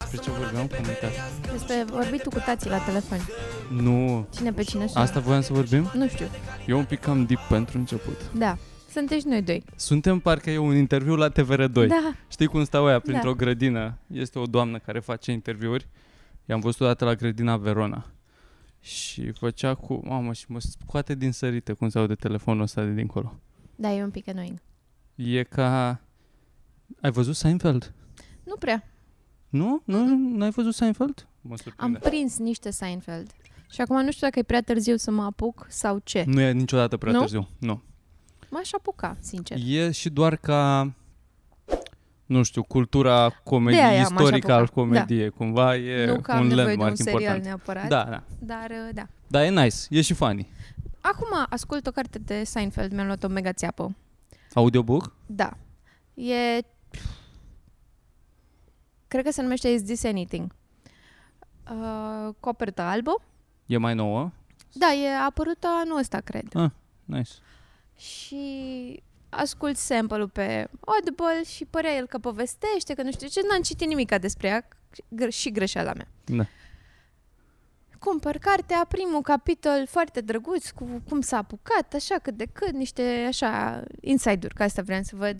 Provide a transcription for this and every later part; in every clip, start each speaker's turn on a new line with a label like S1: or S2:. S1: Despre ce vorbeam cu mâncat?
S2: Despre vorbitul cu tații la telefon.
S1: Nu,
S2: Cine pe cine sună?
S1: asta voiam să vorbim?
S2: Nu știu.
S1: E un pic cam deep pentru început.
S2: Da. Sunteți noi doi.
S1: Suntem parcă e un interviu la TVR2.
S2: Da.
S1: Știi cum stau aia printr-o grădină? Este o doamnă care face interviuri. I-am văzut odată la grădina Verona. Și făcea cu... Mamă, și mă scoate din sărite cum se aude telefonul ăsta de dincolo.
S2: Da, e un pic annoying.
S1: E ca... Ai văzut Seinfeld?
S2: Nu prea.
S1: Nu? Nu? N-ai văzut Seinfeld? Mă
S2: Am
S1: surprinde.
S2: prins niște Seinfeld. Și acum nu știu dacă e prea târziu să mă apuc sau ce.
S1: Nu e niciodată prea
S2: Nu?
S1: târziu. Nu.
S2: M-aș apuca, sincer.
S1: E și doar ca nu știu, cultura
S2: De aia
S1: comediei
S2: m-aș
S1: istorică al
S2: apuca. Da.
S1: comediei, cumva e
S2: nu că am
S1: un
S2: nevoie de un
S1: landmark
S2: serial
S1: important.
S2: neapărat,
S1: Da, da.
S2: dar uh, da.
S1: Dar e nice, e și funny.
S2: Acum ascult o carte de Seinfeld, mi-am luat o mega țeapă.
S1: Audiobook?
S2: Da. E... Cred că se numește Is This Anything? Uh, copertă albă.
S1: E mai nouă?
S2: Da, e apărută anul ăsta, cred.
S1: Nice.
S2: Și ascult sample-ul pe Audible și părea el că povestește, că nu știu ce, n-am citit nimica despre ea gr- și greșeala mea.
S1: Da.
S2: Cumpăr cartea, primul capitol foarte drăguț, cu cum s-a apucat, așa cât de cât, niște așa inside-uri, că asta vreau să văd.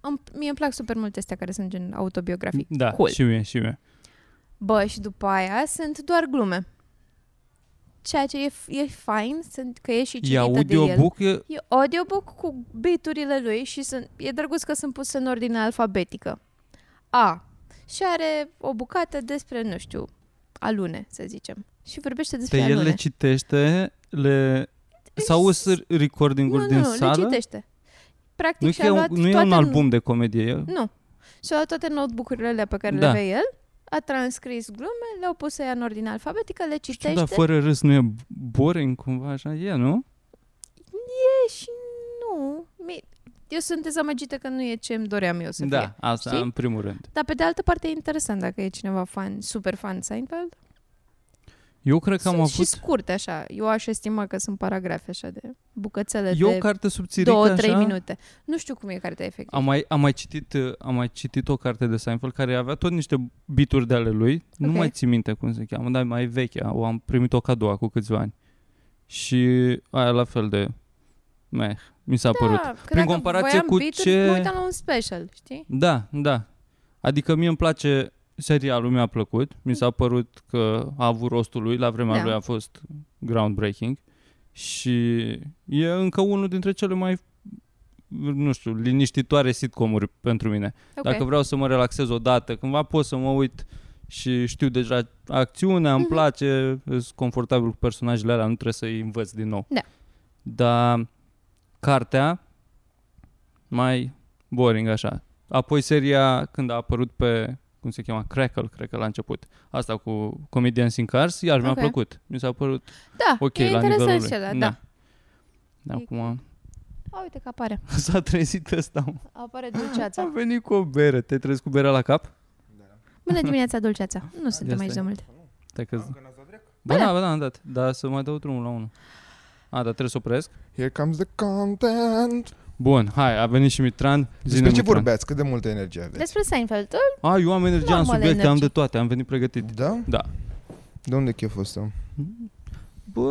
S2: Îmi, mie îmi plac super mult astea care sunt gen autobiografic.
S1: Da,
S2: cool.
S1: și mie, și mie.
S2: Bă, și după aia sunt doar glume. Ceea ce e, f- e fain, sunt că e și
S1: E
S2: citită de el.
S1: audiobook, e...
S2: E audiobook cu biturile lui și sunt, e drăguț că sunt puse în ordine alfabetică. A. Și are o bucată despre, nu știu, alune, să zicem. Și vorbește
S1: pe
S2: despre
S1: el
S2: alune.
S1: le citește, le... Sau sunt
S2: Deci nu,
S1: recording-uri
S2: nu,
S1: din
S2: nu,
S1: sală?
S2: le citește. Practic
S1: nu, că
S2: și-a
S1: e un,
S2: luat
S1: nu e
S2: toate
S1: un album de comedie, e...
S2: Nu. Și-a luat toate notebook-urile alea pe care
S1: Da.
S2: le avea el, a transcris glume, le-au pus ea în ordine alfabetică, le
S1: Știu,
S2: citește.
S1: dar fără râs nu e boring cumva așa? E, nu?
S2: E și nu. Mi- Eu sunt dezamăgită că nu e ce îmi doream eu să fie.
S1: da, asta
S2: știi?
S1: în primul rând.
S2: Dar pe de altă parte e interesant dacă e cineva fan, super fan Seinfeld.
S1: Eu cred că am
S2: sunt
S1: avut...
S2: și scurte așa. Eu aș estima că sunt paragrafe așa de bucățele
S1: E o
S2: de
S1: carte subțirică
S2: două, trei
S1: așa.
S2: minute. Nu știu cum e cartea efectiv.
S1: Am mai, am, mai citit, uh, am mai citit o carte de Seinfeld care avea tot niște bituri de ale lui. Okay. Nu
S2: Ok.
S1: mai țin minte cum se cheamă, dar e mai veche. O am primit-o cadou acum câțiva ani. Și aia la fel de... Meh, mi s-a părut.
S2: Da, că
S1: Prin
S2: dacă
S1: comparație
S2: voiam
S1: cu
S2: beat-uri,
S1: ce-
S2: Mă uitam la un special, știi?
S1: Da, da. Adică mie îmi place serialul, mi-a plăcut. Mi s-a părut că a avut rostul lui, la vremea
S2: Da.
S1: lui a fost groundbreaking. Și e încă unul dintre cele mai nu știu, liniștitoare sitcomuri pentru mine.
S2: Ok.
S1: Dacă vreau să mă relaxez odată, cândva pot să mă uit și știu deja acțiunea, îmi
S2: Mhm.
S1: place, sunt confortabil cu personajele alea, nu trebuie să-i învăț din nou.
S2: Da.
S1: Dar cartea, mai boring așa. Apoi seria, când a apărut pe, cum se cheamă, Crackle, cred că la început, asta cu Comedians in Cars, iar mi-a
S2: Ok.
S1: plăcut. Mi s-a părut
S2: Da,
S1: ok
S2: e
S1: la nivelul
S2: interesant
S1: lui.
S2: și ăla, da.
S1: Da. Acum
S2: A, uite că apare.
S1: s-a trezit ăsta. mă.
S2: Apare
S1: A
S2: dulceața.
S1: venit cu o bere. Te trezi cu berea la cap?
S2: Bună dimineața, dulceața. Nu suntem
S1: asta
S2: aici
S1: e.
S2: de mult.
S1: Te că
S3: Încă n-ați dat drept?
S1: Bă,
S2: Bă,
S1: da,
S2: da.
S1: bă, da, am dat. Dar să mai dau drumul la unul. A, dar trebuie să opresc.
S3: Here comes the content.
S1: Bun, hai, a venit și Mitran.
S3: Despre ce
S1: Mitran.
S3: vorbeați? Cât de multă energie aveți?
S2: Despre Seinfeld,
S1: A, eu am energia în
S2: Normală
S1: subiecte, am
S2: energie.
S1: de toate, am venit pregătit.
S3: Da?
S1: Da.
S3: De unde chef ăsta?
S1: Bă,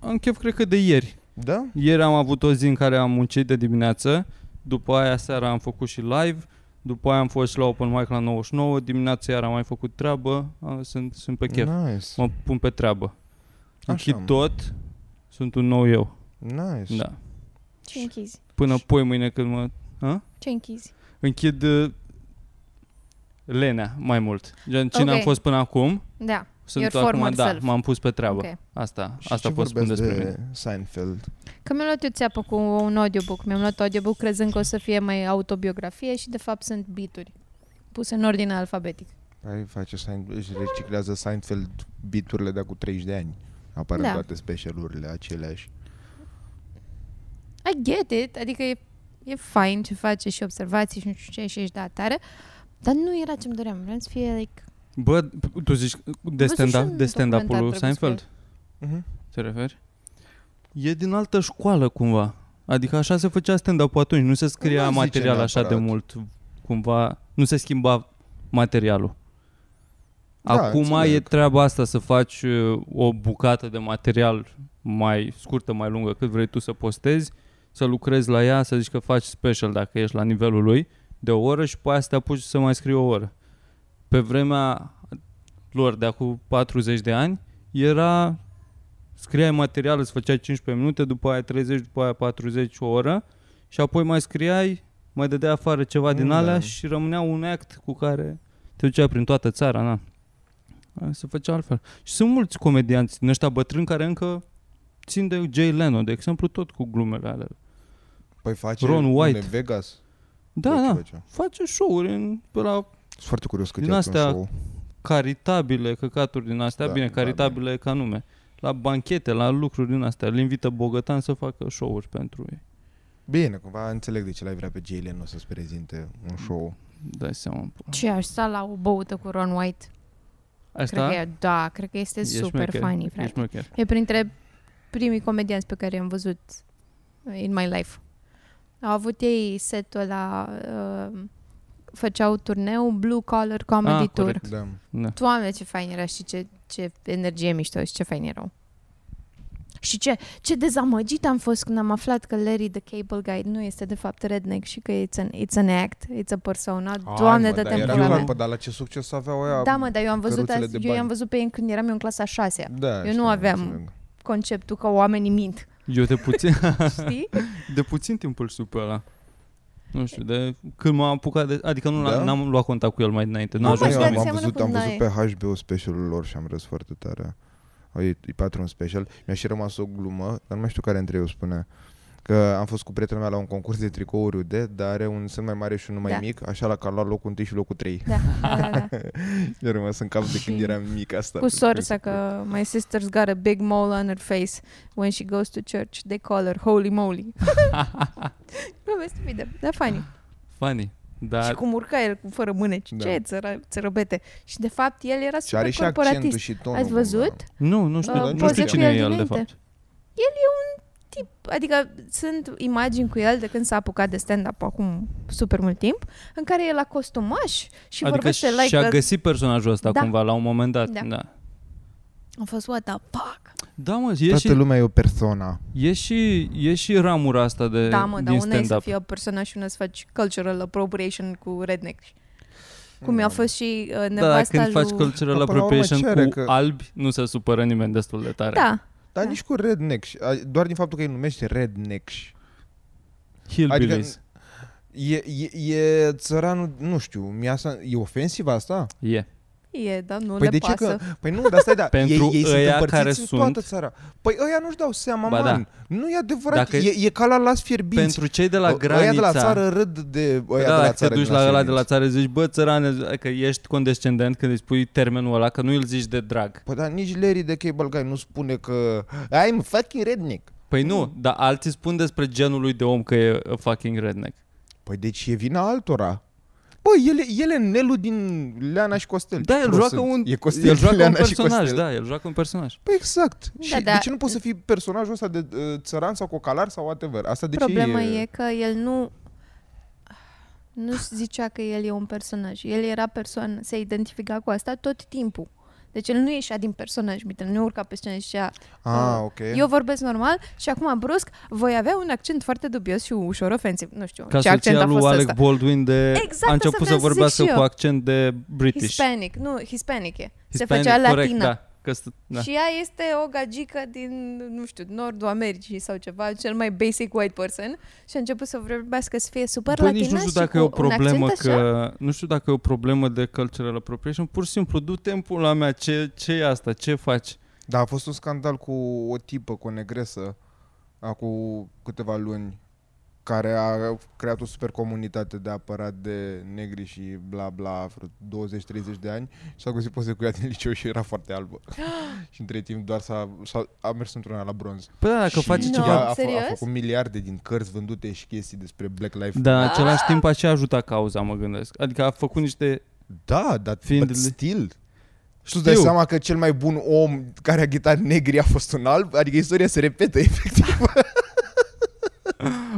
S1: am chef cred că de ieri.
S3: Da?
S1: Ieri am avut o zi în care am muncit de dimineață, după aia seara am făcut și live, după aia am fost și la open mic la 99, dimineața iar am mai făcut treabă, a, sunt, sunt pe Păi chef.
S3: Nice.
S1: Mă pun pe treabă. Închid
S3: mă.
S1: tot, sunt un nou eu.
S3: Nice.
S1: Da.
S2: ce închizi?
S1: Până poi mâine când mă... A?
S2: Ce închizi?
S1: închid uh, lenea mai mult. Gen, cine
S2: Ok.
S1: am fost până acum,
S2: Da,
S1: sunt
S2: Your
S1: eu acum,
S2: former
S1: da,
S2: self.
S1: m-am pus pe treabă.
S2: ok.
S1: Asta,
S3: Și
S1: asta
S3: ce
S1: pot spune
S3: vorbeați
S1: despre mine.
S3: de Seinfeld?
S2: Că mi-am luat eu țeapă cu un audiobook. Mi-am luat audiobook crezând că o să fie mai autobiografie și de fapt sunt bituri puse în ordine alfabetic.
S3: Ai face Seinfeld, își reciclează Seinfeld biturile de cu 30 de ani. Apar
S2: Da.
S3: în toate specialurile aceleași.
S2: I get it, adică e, e fain ce face și observații și nu știu ce și ești de atare, dar nu era ce-mi doream. Vreau să fie, like,
S1: Bă, p- tu zici de,
S2: Văzut și
S1: stand-up,
S2: un
S1: de stand-up-ul
S2: documentar
S1: lui
S2: drăguț pe
S1: Seinfeld?
S3: Mhm.
S1: Te referi? E din altă școală, cumva. Adică așa se făcea stand-up atunci, nu se scria
S3: Nu zice
S1: material așa de
S3: neapărat.
S1: mult, cumva, nu se schimba materialul. Acum e
S3: Da, înțeleg.
S1: treaba asta să faci uh, o bucată de material mai scurtă, mai lungă, cât vrei tu să postezi, să lucrezi la ea, să zici că faci special dacă ești la nivelul lui, de o oră și pe aia să te apuci să mai scrii o oră. Pe vremea lor de acum 40 de ani era scriai material, îți făceai 15 minute, după aia 30, după aia 40 o oră și apoi mai scriai, mai dădeai afară ceva din
S3: Mm,
S1: alea
S3: da.
S1: și rămânea un act cu care te duceai prin toată țara, na. Aia Se făcea altfel. Și sunt mulți comedianți din ăștia bătrâni care încă țin de Jay Leno, de exemplu, tot cu glumele alea.
S3: Păi face
S1: Ron White.
S3: în Vegas.
S1: Da,
S3: Eu ce
S1: da,
S3: făcea.
S1: face show-uri în, pe la
S3: Sunt foarte curios cât
S1: Din
S3: e un
S1: astea-
S3: show.
S1: caritabile, căcaturi din astea, da,
S3: Da,
S1: bine,
S3: da,
S1: caritabile da, ca nume, la banchete, la lucruri din astea, îl invită bogătan să facă show-uri pentru ei.
S3: Bine, cumva înțeleg de ce l-ai vrea pe Jay Leno să-ți prezinte un show.
S1: Dai seama. pă.
S2: Ce aș sta la o băută cu Ron White?
S1: Asta
S2: Cred că e, da, cred că este super funny, frate.
S1: Ești maker.
S2: E printre primii comedianți pe care i-am văzut uh, in my life. Au avut ei setul ăla, uh, făceau turneu Blue Collar Comedy
S1: Ah,
S2: Tour.
S1: corect.
S3: Da.
S1: Da.
S2: Doamne, ce fain era și ce, ce energie mișto și ce fain erau. Și ce, ce dezamăgit am fost când am aflat că Larry the Cable Guy nu este de fapt redneck și că it's an, it's an act, it's a persona. Doamne, dă
S3: da,
S2: te
S3: era
S1: pula mea.
S3: Bă, dar la ce succes aveau aia?
S2: Da, mă, dar eu am văzut,
S3: căruțele
S2: azi,
S3: de
S2: eu
S3: bani.
S2: i-am văzut pe ei când eram eu în clasa 6
S3: Da,
S2: Eu
S3: știu,
S2: nu aveam.
S3: înțeleg.
S2: Conceptul că oamenii mint,
S1: Eu de puțin,
S2: știi?
S1: de puțin timp îl știu pe ăla. Nu știu, de când m-am apucat de... Adică nu
S3: Da?
S1: da? n-am luat contact cu el mai dinainte. N-a
S2: Bă,
S1: ajuns
S2: dar
S3: eu
S1: la
S2: îți
S3: am,
S2: dai
S1: moment.
S2: seama
S3: văzut,
S2: cum
S3: am văzut
S2: n-ai.
S3: pe HBO specialul lor și am râs foarte tare. Au- E, e patru special. Mi-a și rămas o glumă, dar nu mai știu care dintre eu spune. Că am fost cu prietena mea la un concurs de tricouri UD, dar are un semn mai mare și unul mai
S2: Da.
S3: mic, așa la că a luat locul 1 și locul 3.
S2: Da, da, da, da.
S3: Mi-a rămas în cap de când
S2: Și
S3: eram mic asta.
S2: Cu sorsa că my sister's got a big mole on her face when she goes to church. They call her holy moly. Glumea stupidă, dar funny.
S1: Funny.
S2: Și
S1: Dar
S2: cum urca el cu fără mâneci.
S3: Da.
S2: Da. Ce țără, țărăbete. Și de fapt el era
S3: Și
S2: super
S3: are și
S2: corporatist.
S3: accentul și tonul. da.
S2: Ați văzut?
S1: nu, nu știu,
S2: Uh,
S1: nu
S2: poze
S1: știu
S2: cu
S1: cine
S2: el
S1: e el de
S2: dinainte.
S1: fapt.
S2: Tip, adică sunt imagini cu el de când s-a apucat de stand-up acum super mult timp, în care e la costumaș și
S1: adică
S2: vorbește
S1: și-a
S2: like a...
S1: găsit personajul ăsta
S2: Da.
S1: cumva la un moment dat.
S2: Da.
S1: Da, da.
S2: Am fost what the fuck.
S1: da mă, e
S3: Toată
S1: și,
S3: lumea e o persoană.
S1: e, și, e și ramura asta de,
S2: Da, mă, dar
S1: din
S2: una e să
S1: stand-up.
S2: fii o persoană și una să faci cultural appropriation cu redneck. Cum
S3: Mm.
S2: i-a fost și uh,
S1: Da, dar
S2: nevasta
S1: când faci
S2: lui...
S1: cultural
S3: Că până la urmă
S1: appropriation
S3: cere
S1: cu
S3: că-
S1: albi, nu se supără nimeni destul de tare.
S2: Da,
S3: Dar
S2: Da.
S3: nici cu redneck. și- a- Doar din faptul că îi numește redneck. și- Adică-
S1: Hillbillies.
S3: E, e, e țăranul, nu știu, mi asta, e ofensiv asta?
S1: E.
S2: e, dar nu
S3: Păi
S2: le
S3: de ce
S2: pasă.
S3: că... Păi nu, dar stai, da,
S1: Pentru
S3: ei, ei sunt
S1: ăia
S3: împărțiți
S1: care
S3: în toată
S1: sunt-
S3: țara. Păi ăia nu-și dau seama,
S1: Ba
S3: ba,
S1: da.
S3: man. Nu e adevărat,
S1: Dacă-
S3: Dacă... e, e ca la las fierbinți.
S1: Pentru cei de la
S3: Ă- Ăia de
S1: granița...
S3: la țară râd de
S1: Păi
S3: ăia
S1: da,
S3: de la
S1: dacă te
S3: țară
S1: duci
S3: din
S1: la ăla de
S3: fierbinți.
S1: la țară zici, bă, țărane, că ești condescendent când îi spui termenul ăla, că nu îl zici de drag.
S3: Păi da, nici Larry de Cable Guy nu spune că I'm fucking redneck.
S1: Păi
S3: Mm.
S1: nu, dar alții spun despre genul lui de om că e a fucking redneck.
S3: Păi deci e vina altora. Bă, ele, ele Nelu din Leana și Costel.
S1: Da,
S3: Ce
S1: el
S3: Deci, prost
S1: joacă
S3: sunt.
S1: un,
S3: e Costel,
S1: el joacă un
S3: Leana și
S1: personaj,
S3: Costel.
S1: da, el joacă un personaj.
S3: Păi exact.
S2: Da,
S3: și de
S2: da.
S3: ce nu poți să fii personajul ăsta de uh, țăran sau cocalar sau whatever? Asta de
S2: Problema
S3: ce
S2: e... că el nu nu zicea că el e un personaj. El era persoană, se identifica cu asta tot timpul. Deci el nu ieșea din personaj, uite, nu urca pe scenă și zicea
S3: Ah,
S2: uh,
S3: ok.
S2: eu vorbesc normal și acum brusc voi avea un accent foarte dubios și ușor ofensiv. Nu știu
S1: Ca
S2: ce accent
S1: soția
S2: a
S1: lui
S2: fost
S1: Alec
S2: ăsta.
S1: Baldwin de
S2: Exact
S1: a
S2: asta
S1: început să
S2: vreau să zic
S1: vorbească
S2: și eu.
S1: cu accent de British.
S2: Hispanic, nu, hispanic e. Se
S1: Hispanic,
S2: făcea
S1: corect,
S2: latină.
S1: Da, că, st- da.
S2: Și ea este o gagică din, nu știu, nordul Americii sau ceva, cel mai basic white person și a început să vorbească să fie super
S1: Bă,
S2: latină
S1: Păi nici nu știu
S2: și
S1: dacă
S2: cu
S1: e o
S2: un
S1: problemă
S2: accent așa.
S1: că nu știu dacă e o problemă de cultural appropriation, pur și simplu du timpul la mea, ce ce e asta, ce faci?
S3: Da, a fost un scandal cu o tipă, cu o negresă, acum câteva luni, care a creat o super comunitate de apărat de negri și bla bla, vreo 20-30 de ani și a găsit poze cu ea din liceu și era foarte albă. și între timp doar s-a, s-a a mers într-una la bronz.
S1: Păi da, dacă
S3: și
S1: faci
S2: No.
S3: ea
S1: ceva
S3: a, fă, a
S2: Serios?
S3: făcut miliarde din cărți vândute și chestii despre Black Lives
S1: Dar Da, în același timp a și ajutat cauza, mă gândesc. Adică a făcut niște...
S3: Da, dar
S1: Fiind-
S3: fiind but still. Și tu
S1: Știu.
S3: dai seama că cel mai bun om care a ghitat negri a fost un alb? Adică istoria se repetă,
S1: Păi
S3: efectiv.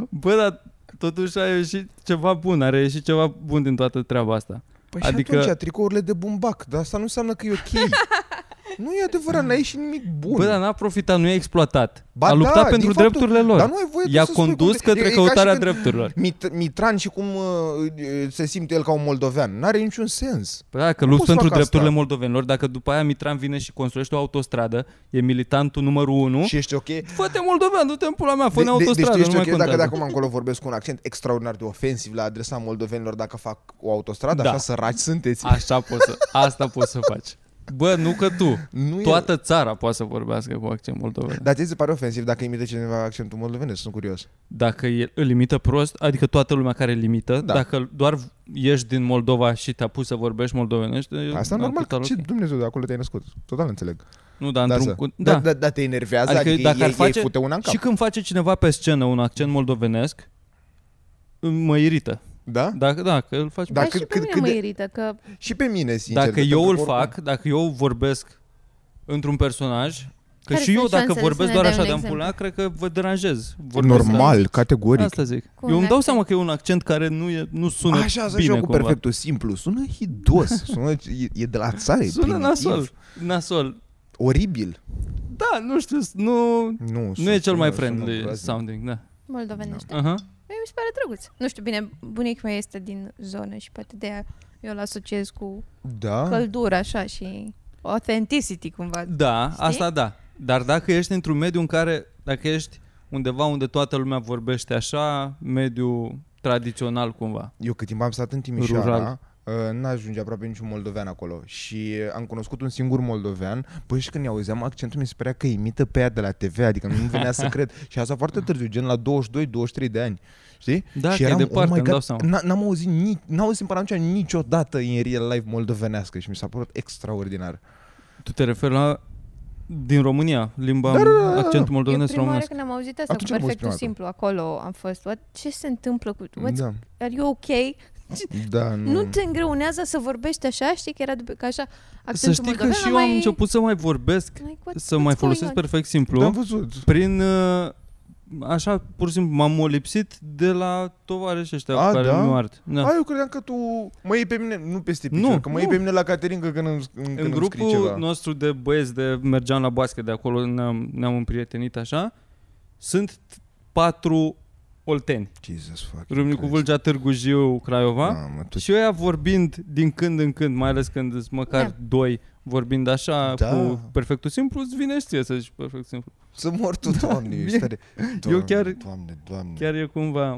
S1: Bă, dar totuși a ieșit ceva bun, a reieșit ceva bun din toată treaba asta.
S3: Păi
S1: Adică-
S3: adică... și atunci, tricourile de bumbac, dar asta nu înseamnă că e ok. nu e adevărat, n-ai ieșit nimic bun.
S1: Bă, dar n-a profitat, nu e exploatat.
S3: Ba
S1: a
S3: da,
S1: luptat
S3: din
S1: pentru
S3: faptul-
S1: drepturile lor.
S3: Dar nu ai voie tu
S1: I-a
S3: Păi, să spui
S1: condus
S3: cum-
S1: către
S3: e- e ca și
S1: căutarea
S3: când
S1: drepturilor.
S3: Mit, mitran și cum uh, uh, se simte el ca un moldovean. N-are niciun sens.
S1: Păi dacă
S3: Nu
S1: lupți
S3: poți
S1: pentru
S3: fac asta.
S1: drepturile moldovenilor, dacă după aia Mitran vine și construiește o autostradă, e militantul numărul 1,
S3: Și ești ok? De,
S1: fă-te moldovean, du-te în pula mea, fă
S3: de-
S1: ne autostradă,
S3: deci tu
S1: nu mai
S3: ești ok dacă de
S1: contează.
S3: acum încolo vorbesc cu un accent extraordinar de ofensiv la adresa moldovenilor dacă fac o autostradă,
S1: Da.
S3: așa săraci sunteți.
S1: Așa poți să, asta poți să faci. Bă, nu că tu,
S3: nu
S1: toată țara poate să vorbească cu accent moldoven.
S3: E... Dar ți se pare ofensiv dacă imite cineva accentul moldovenesc? Sunt curios.
S1: Dacă el îl limită prost, adică toată lumea care limită,
S3: Da.
S1: dacă doar ești din Moldova și te-a pus să vorbești moldovenești, e-
S3: Asta
S1: da,
S3: e normal, că
S1: total
S3: ce
S1: ok.
S3: Dumnezeu de acolo te-ai născut. Total înțeleg.
S1: Nu, dar
S3: Da,
S1: într-un...
S3: să-
S1: cu-
S3: Da, da, da te enervează, adică, adică dacă ei, ar face... ei fute una în cap.
S1: Și când face cineva pe scenă un accent moldovenesc, îmi- mă irită.
S3: Da?
S1: Dacă, da, că îl faci...
S3: Da,
S2: Dar
S3: cât-
S2: și pe
S3: cât-
S2: mine
S3: cât
S2: mă
S3: de-
S2: irită că
S3: Și pe mine, sincer.
S1: dacă
S3: că
S1: eu îl
S3: pentru că
S1: fac, dacă eu vorbesc într-un personaj, că
S2: Care
S1: și eu
S2: sunt
S1: dacă
S2: șansele?
S1: vorbesc
S2: Să ne
S1: doar
S2: dai
S1: așa
S2: un
S1: de
S2: exemplu.
S1: ampula, cred că vă deranjez. Vorbesc
S3: Normal,
S1: Ca...
S3: categoric.
S1: Asta zic.
S2: Cu
S1: eu îmi
S2: un
S1: dau
S2: accent.
S1: seama că e un accent care nu, e, nu sună
S3: Așa, să
S1: bine
S3: joc cu
S1: cumva.
S3: perfectul simplu. Sună hidos, sună, e, e de la țară, e
S1: Sună
S3: primitiv,
S1: nasol. Nasol.
S3: Oribil.
S1: Da, nu știu, nu,
S3: Nu,
S1: nu e cel mai friendly
S3: groaznic.
S1: sounding, da.
S2: moldovenește.
S1: Aha.
S2: Mie mi se pare drăguț. Nu știu, bine, bunicul meu este din zonă și poate de aia eu îl asociez cu
S1: Ah.
S3: Da?
S2: căldură așa și authenticity cumva.
S1: Da,
S2: Știi?
S1: asta da. Dar dacă ești într-un mediu în care, dacă ești undeva unde toată lumea vorbește așa, mediu tradițional cumva.
S3: Eu cât timp am stat în Timișoara,
S1: Rural.
S3: Rural. n-ajunge aproape niciun moldovean acolo și uh, am cunoscut un singur moldovean, păi și când i auzeam accentul mi se părea că imită pe ea de la TV, adică nu venea să cred și asta foarte târziu, gen la 22-23 de ani, știi?
S1: Da,
S3: și "Oh
S1: că e departe, îmi dau seama.
S3: n- n-am auzit, ni- n-am auzit până atunci niciodată în real life moldovenească și mi s-a părut extraordinar.
S1: Tu te referi la din România, limba,
S3: Da, da, da, da.
S1: accentul
S2: Eu
S1: moldovenesc
S2: prima oară
S1: românesc.
S2: când am auzit asta
S3: Atunci
S2: cu
S3: am auzit
S2: perfectul
S3: prima
S2: simplu acolo am fost. What, ce se întâmplă cu... What,
S3: Da,
S2: Are you okay?
S3: da, nu.
S1: Mm.
S2: Nu te îngreunează să vorbești așa? Știi că era după, că așa accentul
S1: Să știi că
S2: moldovean,
S1: și
S2: dar
S1: eu am
S2: mai-
S1: început să mai vorbesc,
S2: mai- what-
S1: să
S2: what's
S1: mai
S2: going
S1: folosesc
S2: on?
S1: perfect
S3: Da, am
S1: simplu,
S3: văzut.
S1: prin uh, așa, pur și simplu, m-am molipsit de la tovarăși ăștia
S3: A,
S1: cu care
S3: da?
S1: mi-o ard. Da.
S3: A, eu credeam că tu mă iei pe mine, nu peste picior,
S1: Nu,
S3: că mă
S1: nu.
S3: iei pe mine la Caterinca când îmi, când
S1: în
S3: îmi scrii
S1: grupul
S3: ceva.
S1: nostru de băieți de mergeam la basket de acolo, ne-am, ne-am împrietenit așa, sunt patru olteni.
S3: Jesus fucking
S1: Râmnicu
S3: Christ.
S1: Vâlcea, Târgu Jiu, Craiova.
S3: Mamă, tu...
S1: Și ăia vorbind din când în când, mai ales când sunt măcar
S2: Da.
S1: doi, vorbind așa
S3: Da.
S1: cu perfectul simplu, îți vine și ție să zici perfect simplu.
S3: Să mor tu, doamne,
S1: Da, bine.
S3: ești tare. Doamne,
S1: chiar-
S3: Doamne, doamne. Chiar...
S1: Chiar e cumva...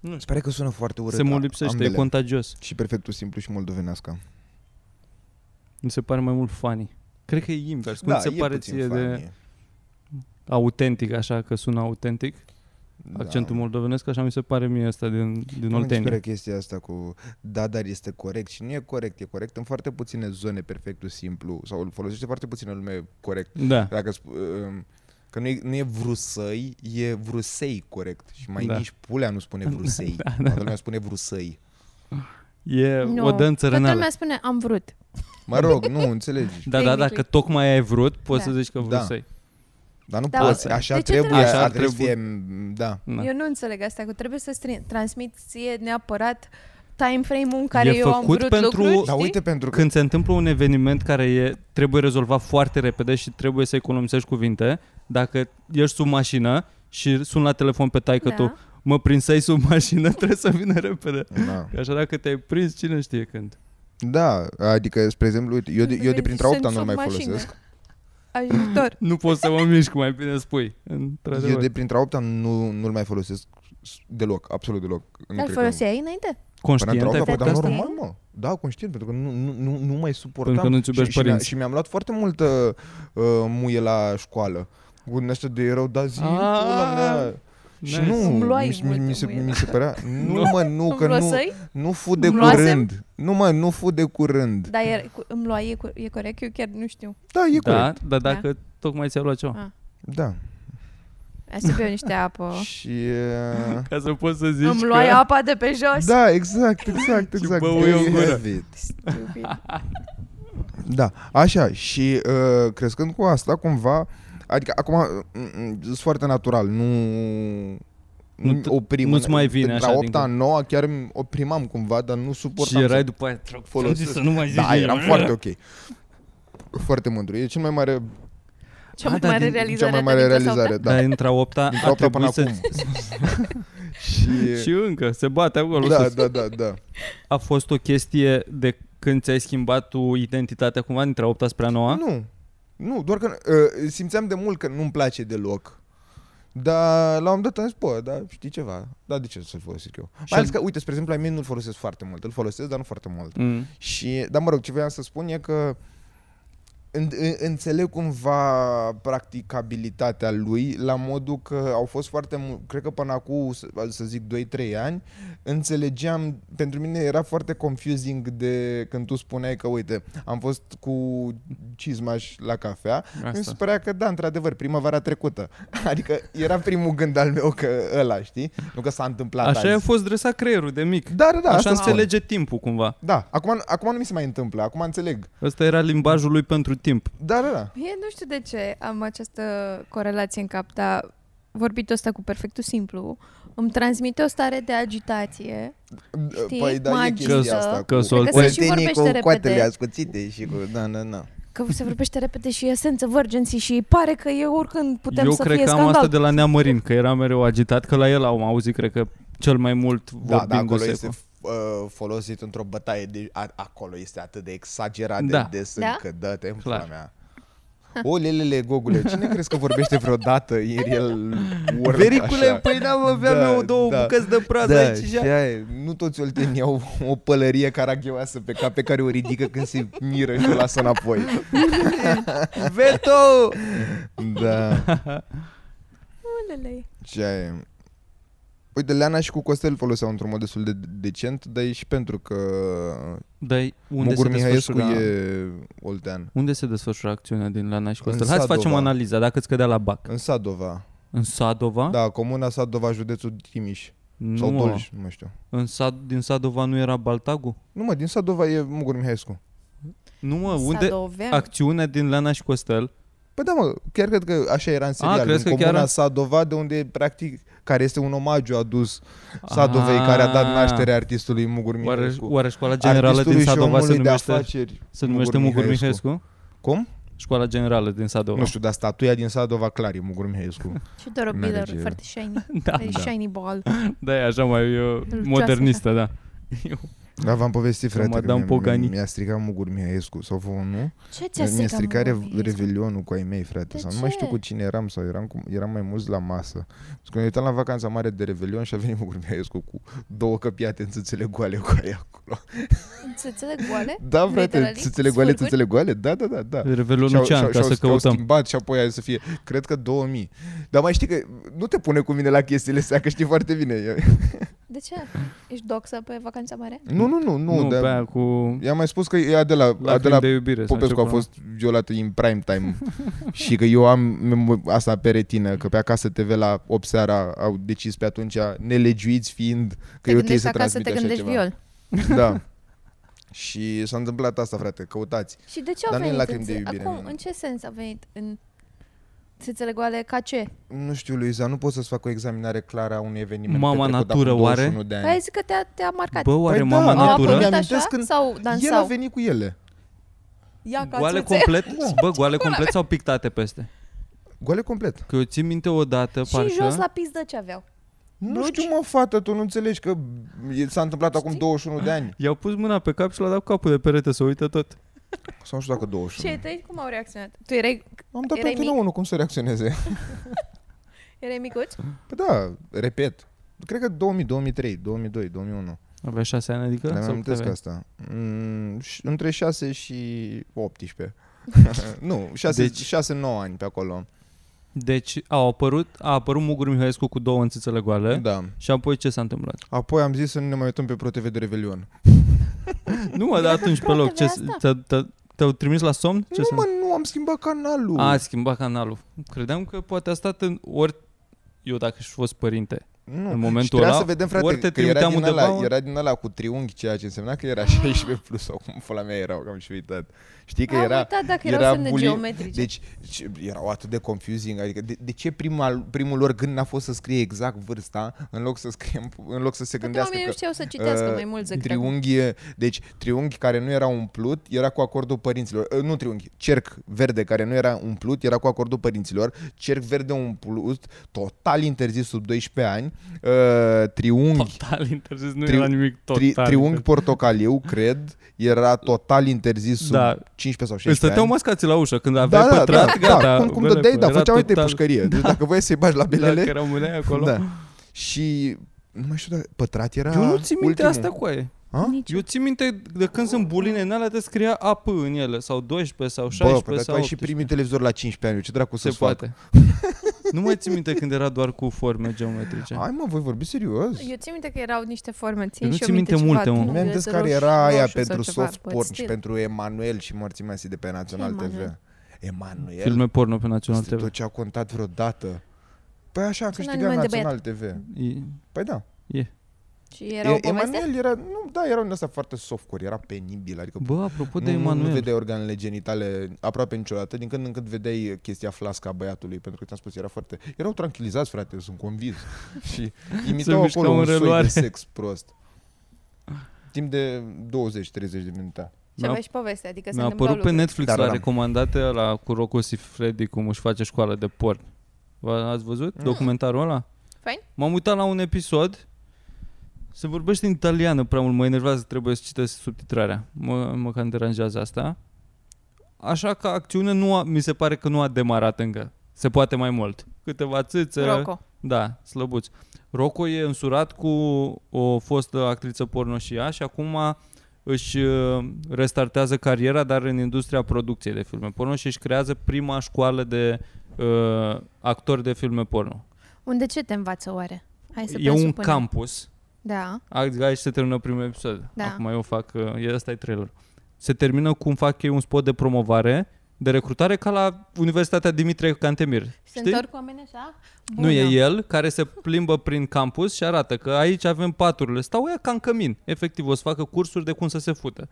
S1: Nu
S3: Îți
S1: știu,
S3: pare că sună foarte urât.
S1: se mă
S3: a-
S1: lipsește, e
S3: ambele.
S1: contagios.
S3: Și perfectul simplu și moldovenească.
S1: Mi se pare mai mult funny. Cred că e
S3: Da,
S1: invers. Cum ți se pare ție de autentic, așa că sună autentic?
S3: Da.
S1: Accentul moldovenesc, așa mi se pare mie asta din, din Oltenia.
S3: Nu chestia asta cu da, dar este corect și nu e corect. E corect în foarte puține zone perfectul simplu sau îl folosește foarte puțină lume corect.
S1: Da.
S3: Dacă sp- um, Că nu e, nu e vrusăi, e vrusei corect. Și mai
S1: Da.
S3: nici pulea nu spune vrusei.
S1: Da, da.
S3: Toată lumea spune vrusăi.
S1: E
S2: Nu,
S1: o dă
S2: Toată
S1: înțărânală.
S2: lumea spune am vrut.
S3: Mă rog, nu, înțelegi.
S1: Da, da,
S2: Technically.
S1: dacă tocmai ai vrut, poți
S2: Da.
S1: să zici că vrei
S3: Da.
S1: să-i.
S3: Dar nu
S2: Da,
S3: poți.
S1: asta e.
S3: Așa
S2: De ce
S3: trebuie.
S2: trebuie?
S1: Așa
S3: Așa
S1: ar
S3: trebuie. să fie- Da.
S1: Da.
S2: Eu nu înțeleg asta, că trebuie să-ți tri- transmiți ție neapărat time frame-ul în care eu am
S1: făcut
S2: vrut
S1: pentru-
S2: lucruri,
S3: Dar
S2: știi?
S3: uite, pentru că
S1: Când se întâmplă un eveniment care e, trebuie rezolvat foarte repede și trebuie să economisești cuvinte, dacă ești sub mașină și sun la telefon pe taică tu,
S2: Da.
S1: mă prinsei sub mașină, trebuie să vină repede.
S3: Da.
S1: Că Așa dacă te-ai prins, cine știe când.
S3: da, adică, spre exemplu, uite, eu de, eu de printre 8
S2: Sunt
S3: nu
S2: sub
S3: mai
S2: mașină.
S3: folosesc.
S2: Ajutor.
S1: Nu poți să mă mișc, mai bine spui.
S3: Eu
S1: Într-adevăr.
S3: de printre 8 nu, nu-l mai folosesc deloc, absolut deloc. Nu
S2: Dar
S3: cred
S2: foloseai înainte?
S3: că... Până
S1: Conștient
S3: într-a
S1: ai
S3: opta,
S1: făcut
S3: dar
S2: asta?
S1: asta?
S3: normal, mă. Da, conștient, pentru că nu, nu, nu, nu mai suportam.
S1: Pentru că nu-ți iubești
S3: și, și, mi-a,
S1: părinții.
S3: și mi-am luat foarte multă uh, muie la școală. Bun, ăștia de erau, da zi,
S1: Ah,
S3: pula mea. Și
S1: nice.
S3: nu,
S2: Îmi luai
S3: mi, mi, mi, se,
S2: multă muie
S3: mi
S2: la-
S3: se părea, nu
S1: Nu.
S3: mă, nu,
S2: Îmi
S3: că nu,
S2: luasei?
S3: nu fu de
S2: Îmi luasem?
S3: curând. Nu mă, nu fu de curând.
S2: Dar e, cu- îmi lua, e, cu- e corect? Eu chiar nu știu.
S3: Da, e
S1: Da,
S3: corect.
S1: dar dacă tocmai ți-a luat ceva.
S2: Ah.
S3: Da.
S2: Hai să beau niște apă.
S3: Și... Uh...
S1: Ca să poți să zici
S2: îmi luai
S1: că...
S2: apa de pe jos?
S3: Da, exact, exact, exact.
S1: băui
S3: There
S1: o
S3: you
S1: gură.
S3: have it.
S2: Stupid.
S3: Da, așa, și uh, crescând cu asta, cumva, adică acum uh, uh, sunt foarte natural, nu
S1: Nu
S3: nu
S1: t-
S3: oprim.
S1: nu-ți mai vine
S3: Între
S1: așa din
S3: 8 a 9 chiar îmi oprimam cumva, dar nu
S1: Și
S3: suportam. să-
S1: erai după aia, trag
S3: folosesc.
S1: folosesc. să nu mai zici
S3: Da,
S1: nimic.
S3: eram foarte ok. Foarte mândru. E cel mai mare,
S2: Cea
S1: Ah,
S2: mai
S1: dar
S2: mare
S1: din- cea
S2: realizare
S3: cea mai
S2: a
S3: mare
S2: Danica
S3: realizare,
S2: Saupta.
S1: Da.
S3: da.
S1: Dar intra 8 a
S3: Dintre 8
S1: trebuit
S3: până
S1: să...
S3: acum. și,
S1: Și încă, se bate acolo.
S3: da,
S1: Da.
S3: da, da, da.
S1: A fost o chestie de când ți-ai schimbat tu identitatea cumva dintre 8 spre 9 nu.
S3: Nu, nu, doar că uh, simțeam de mult că nu-mi place deloc. Dar la un moment dat am zis, bă, da, știi ceva, da, de ce să-l folosesc eu? Mai ales că, uite, spre exemplu, la mine nu-l folosesc foarte mult, îl folosesc, dar nu foarte mult.
S1: Mm.
S3: Și, dar mă rog, ce voiam să spun e că în, în, înțeleg cumva practicabilitatea lui la modul că au fost foarte mult, cred că până acum, să, să zic, 2-3 ani, înțelegeam, pentru mine era foarte confusing de când tu spuneai că, uite, am fost cu cizmaș la cafea, mi se
S1: Asta.
S3: părea că, da, într-adevăr, primăvara trecută. Adică era primul gând al meu că ăla, știi? Nu că s-a întâmplat
S1: Așa a
S3: azi.
S1: fost dresat creierul de mic.
S3: Da, da, da,
S1: Așa
S3: asta spun.
S1: înțelege timpul cumva.
S3: Da, acum, acum nu mi se mai întâmplă, acum înțeleg.
S1: Ăsta era limbajul lui pentru timp.
S3: Da, da, da.
S2: Eu Păi, nu știu de ce am această corelație în cap, dar vorbitul ăsta cu perfectul simplu îmi transmite o stare de agitație. Știi?
S3: Păi, da, e
S2: Magică.
S3: chestia asta
S1: Că
S3: cu
S1: s-o Cred
S2: că se și
S3: oltenii
S2: vorbește repede.
S3: cu coatele ascuțite și cu... Da, da, da.
S2: Că se vorbește repede și e sense urgency și pare că e oricând putem
S1: Eu
S2: să
S1: cred
S2: fie
S1: că am
S2: scandal.
S1: asta de la Neamărin, că era mereu agitat, că la el am auzit, cred că cel mai mult
S3: Da, da,
S1: vorbindu-se.
S3: acolo este
S1: cu-
S3: uh, folosit într-o bătaie de... A, acolo este atât de exagerat
S1: Da.
S3: de des
S2: Da?
S3: încât dă-te în
S1: Clar.
S3: pula mea. O, lelele, gogule, cine crezi că vorbește vreodată? E el urât așa.
S1: păi n-am avea
S3: Da,
S1: eu două
S3: da.
S1: bucăți de pradă
S3: Da,
S1: aici
S3: și
S1: și
S3: aia e. nu toți oltenii au o pălărie caragheoasă pe cap pe care o ridică când se miră și o lasă înapoi.
S1: Veto!
S3: Da.
S2: Ulele.
S3: Ce e. Uite, Leana și cu Costel foloseau într-un mod destul de decent, dar e și pentru că
S1: Dar unde
S3: Mugur
S1: se
S3: Mihăiescu
S1: desfășura...
S3: e oltean.
S1: Unde se desfășura acțiunea din Lana și
S3: În
S1: Costel? Hai să facem
S3: Sadova.
S1: analiza, dacă îți cădea la BAC.
S3: În Sadova.
S1: În Sadova?
S3: Da, comuna Sadova, județul Timiș.
S1: Nu,
S3: Sau
S1: mă.
S3: Dolj, nu mai știu.
S1: În Sad- din Sadova nu era Baltagu?
S3: Nu mă, din Sadova e Mugur Mihăiescu.
S1: Nu mă, unde
S2: Sadovean.
S1: acțiunea din Lana și Costel?
S3: Păi da mă, chiar cred că așa era în serial.
S1: crezi
S3: în
S1: că
S3: comuna
S1: chiar a-
S3: Sadova, de unde practic, care este un omagiu adus Sadovei, care a dat
S1: Ah.
S3: naștere artistului Mugur
S1: Oare,
S3: Mihăiescu.
S1: oare școala generală din
S3: Artistului și
S1: Sadova se
S3: omului de
S1: numește,
S3: afaceri
S1: se numește Mugur Mihăiescu?
S3: Cum?
S1: Școala generală din Sadova.
S3: Nu știu, dar statuia din Sadova clar e Mugur Mihăiescu.
S2: Și dorobilor,
S3: Merge.
S2: foarte shiny.
S1: Da,
S2: Very shiny ball.
S1: da, e așa mai uh, modernistă, da.
S3: Da, v-am povestit, frate, că
S1: Madame
S3: mi-a,
S1: Pogani.
S3: mi-a stricat Mugur Mihăiescu, sau vă, nu?
S2: Ce ți-a
S3: Mi-a, mi-a stricat
S2: stricat
S3: re- revelionul cu ai mei, frate,
S2: De
S3: sau nu mai știu
S2: ce?
S3: cu cine eram, sau eram, cu, eram mai mulți la masă. Și când ne uitam la vacanța mare de revelion și a venit Mugur Mihăiescu cu două căpiate în țâțele goale cu aia acolo.
S2: Înțețele goale?
S3: Da, frate,
S2: Literally?
S3: țâțele goale,
S2: Sfârguri?
S3: țâțele goale, da, da, da, da.
S1: Revelul
S3: Și-au-
S1: Lucian,
S3: și-au-
S1: ca
S3: și-au-
S1: să
S3: și-au
S1: căutăm.
S3: schimbat și apoi aia să fie, cred că 2000. Dar mai știi că nu te pune cu mine la chestiile astea, că știi foarte bine.
S2: De ce? Ești doxă pe vacanța mare?
S3: Nu, nu, nu, nu,
S1: nu
S3: dar
S1: pe aia cu
S3: I-am mai spus că e Adela,
S1: lacrimi
S3: Adela
S1: de iubire. sau
S3: Popescu
S1: ce
S3: a
S1: acolo.
S3: fost violată în prime time și că eu am mem- asta pe retină, că pe Acasă TV la 8 seara au decis pe atunci, nelegiuiți fiind că
S2: Te
S3: e ok
S2: gândești
S3: să
S2: acasă,
S3: transmite
S2: te
S3: așa
S2: gândești
S3: ceva.
S2: viol.
S3: Da. Și s-a întâmplat asta, frate, căutați.
S2: Și de ce au
S3: Dar nu e
S2: venit?
S3: lacrimi
S2: în
S3: de
S2: țe-
S3: iubire,
S2: Acum,
S3: nu.
S2: în ce sens a venit în țâțele goale ca ce?
S3: Nu știu, Luiza, nu pot să-ți fac o examinare clară a unui eveniment
S1: Mama
S3: petrecut
S1: natură,
S3: acum
S1: oare?
S3: 21 De ani.
S2: Păi zic că te-a, te-a marcat.
S1: Bă, oare
S3: Păi da,
S1: mama
S3: au
S2: Au
S1: natură?
S2: apărut
S3: Mi-amintesc
S2: așa
S3: când
S2: sau
S3: El a
S2: dansau?
S3: venit cu ele.
S2: Ia ca
S1: Goale
S2: țâțe.
S1: complet?
S2: Da.
S1: Bă, goale complet sau pictate peste?
S3: Goale complet.
S1: Că eu țin minte odată,
S2: Și
S1: parcă... eh?
S2: jos la pizdă ce aveau?
S3: Nu
S2: Blugi?
S3: știu, mă, fată, tu nu înțelegi că e- s-a întâmplat acum 21 de ani.
S1: I-au pus mâna pe cap și l-a dat cu capul de perete să uită tot.
S3: Sau nu știu dacă 21.
S2: Ce tăi cum au reacționat? Tu erai,
S3: Am dat
S2: Erai
S3: pe antena
S2: mic?
S3: 1, cum să reacționeze?
S2: erai micuț?
S3: Păi da, repet. Cred că 2000, 2003, 2002, 2001.
S1: Avea șase ani, adică?
S3: Dar mi
S1: Sau cât
S3: amintesc
S1: avea?
S3: asta. Mm, și- între 6 și 18. nu, 6,
S1: Deci-
S3: deci... 6 9 ani pe acolo.
S1: Deci au apărut, a apărut Mugur Mihăiescu cu două înțețele goale
S3: Da.
S1: și apoi ce s-a întâmplat?
S3: Apoi am zis să nu ne mai uităm pe ProTV de Revelion.
S1: Nu mă, dar atunci pe loc, ce,
S2: Asta.
S1: te, te, te-au trimis la somn? Ce
S3: nu,
S1: s-a-
S3: mă, nu am schimbat canalul.
S1: A, schimba canalul. Credeam că poate a stat în ori eu dacă aș fi fost părinte
S3: Nu.
S1: în
S3: și
S1: momentul
S3: trebuia
S1: ăla,
S3: să vedem, frate,
S1: ori te
S3: că era
S1: trimiteam
S3: din,
S1: undeva,
S3: ăla,
S1: ori-
S3: era din ăla cu triunghi, ceea ce însemna că era 16 plus sau cum pula mea erau, că am și uitat. Știi că
S2: Am
S3: Adică era,
S2: uitat dacă erau
S3: era
S2: semne
S3: buli-
S2: geometrice.
S3: Deci ce- erau atât de confusing, adică de, de ce prima, primul lor gând n-a fost să scrie exact vârsta, în loc să scrie, în loc să se
S2: Poate
S3: gândească
S2: Păi, oamenii nu
S3: că
S2: știau să citească
S3: uh,
S2: mai mult decât acum.
S3: triunghi, deci triunghi care nu era umplut, era cu acordul părinților. Uh, Nu triunghi, cerc verde care nu era umplut, era cu acordul părinților. Cerc verde umplut, total interzis sub 12 ani. Uh, Triunghi,
S1: Total interzis, nu
S3: Tri-
S1: era nimic total.
S3: tri, triunghi
S1: interzis.
S3: portocaliu, cred, era total interzis sub
S1: Da.
S3: 15 sau
S1: Îți
S3: 16
S1: stăteau
S3: ani.
S1: mascații la ușă când aveai
S3: Da, da,
S1: pătrat,
S3: da,
S1: gata.
S3: da, cum, cum
S1: bele,
S3: dădeai, da,
S1: era
S3: făceau de
S1: total-
S3: pușcărie. Deci dacă voiai să-i bagi labelele,
S1: Dacă rămâneai acolo.
S3: da. Și nu mai știu dacă pătrat era
S1: Eu nu țin minte
S3: ultimul.
S1: asta cu aia.
S3: Ha?
S2: Nici
S1: Eu țin minte de când sunt buline în alea, te scria AP în ele, sau 12, sau
S3: Bă,
S1: 16,
S3: păi, dar tu
S1: sau
S3: ai și
S1: 18.
S3: primit televizor la 15 ani, eu ce dracu
S1: se
S3: să-ți fac?
S1: poate. nu mai țin minte când era doar cu forme geometrice.
S3: Hai mă, voi vorbi serios?
S2: Eu țin minte că erau niște forme, țin
S1: Eu nu
S2: și
S1: țin
S2: eu minte
S1: minte
S2: ceva,
S1: multe, mă.
S2: nu,
S3: Mi-am
S2: violet,
S3: zis care
S2: roșu,
S3: era aia
S2: roșu sau
S3: pentru
S2: ceva,
S3: soft
S2: but
S3: porn și
S2: still.
S3: pentru Emanuel și morții mei de pe Național
S2: Ce
S3: TV.
S2: Emanuel?
S3: Emanuel
S1: Filme porno pe Național
S3: este
S1: TV.
S3: tot ce a contat vreodată. Păi așa a
S2: Sunt
S3: câștigat
S2: animal de
S3: Național TV.
S1: E-
S3: Păi da.
S2: Și erau
S3: E-
S2: povestea?
S3: Emanuel era, nu, da, era un ăsta foarte softcore, era penibil, adică
S1: Bă, apropo de
S3: nu, nu, nu
S1: Emanuel,
S3: vedeai organele genitale aproape niciodată, din când în când vedeai chestia flasca a băiatului, pentru că ți-am spus, era foarte... Erau tranquilizați, frate, sunt convins. și imitau
S1: mișcau
S3: acolo
S1: în
S3: un soi
S1: reluare.
S3: de sex prost. Timp de 20-30 de
S2: Și
S3: minute.
S1: Mi-a-
S2: avea și povestea, adică se
S1: mi-a
S2: întâmplau
S1: apărut pe
S2: lucruri.
S1: Netflix
S3: Da, da,
S1: la
S3: da.
S1: recomandate la cu Rocco și Freddy cum își face școală de porn. V- Ați văzut
S3: Mm.
S1: documentarul ăla?
S2: Fain.
S1: M-am uitat la un episod se vorbește în italiană prea mult, mă enervează, trebuie să citesc subtitrarea. Mă, mă cam deranjează asta. Așa că acțiunea nu a, mi se pare că nu a demarat încă. Se poate mai mult. Câteva țâțe,
S2: Rocco.
S1: Da, slăbuț. Rocco e însurat cu o fostă actriță porno și ea și acum își uh, restartează cariera, dar în industria producției de filme porno și își creează prima școală de uh, actori de filme porno.
S2: Unde ce te învață oare? Hai să
S1: e un
S2: presupunem.
S1: campus.
S2: Da.
S1: Aici aici se termină primul episod.
S2: Da.
S1: Acum eu fac, uh, e- ăsta e trailer. Se termină cum fac ei un spot de promovare, de recrutare ca la Universitatea Dimitrie Cantemir.
S2: Se întorc oamenii așa? da.
S1: Nu e el care se plimbă prin campus și arată că aici avem paturile. Stau ea ca în cămin. Efectiv, o să facă cursuri de cum să se fută.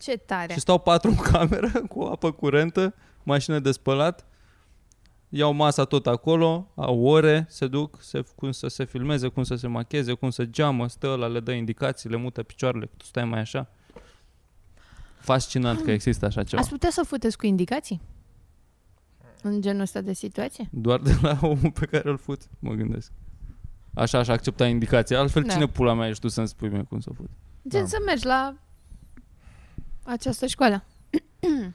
S2: Ce tare.
S1: Și stau patru în cameră cu apă curentă, mașină de spălat. Iau masa tot acolo, au ore, se duc, se, cum să se filmeze, cum să se macheze, cum să geamă, stă ăla, le dă indicații, le mută picioarele, tu stai mai așa. Fascinant că există așa ceva.
S2: Ați putea să futeți cu indicații? În genul ăsta de situație?
S1: Doar de la omul pe care îl fut, mă gândesc. Așa, așa, accepta indicația. Altfel,
S2: Da.
S1: da. cine pula mea ești tu să-mi spui mie cum să fut?
S2: Gen
S3: Da.
S2: să mergi la această școală.
S3: Exact.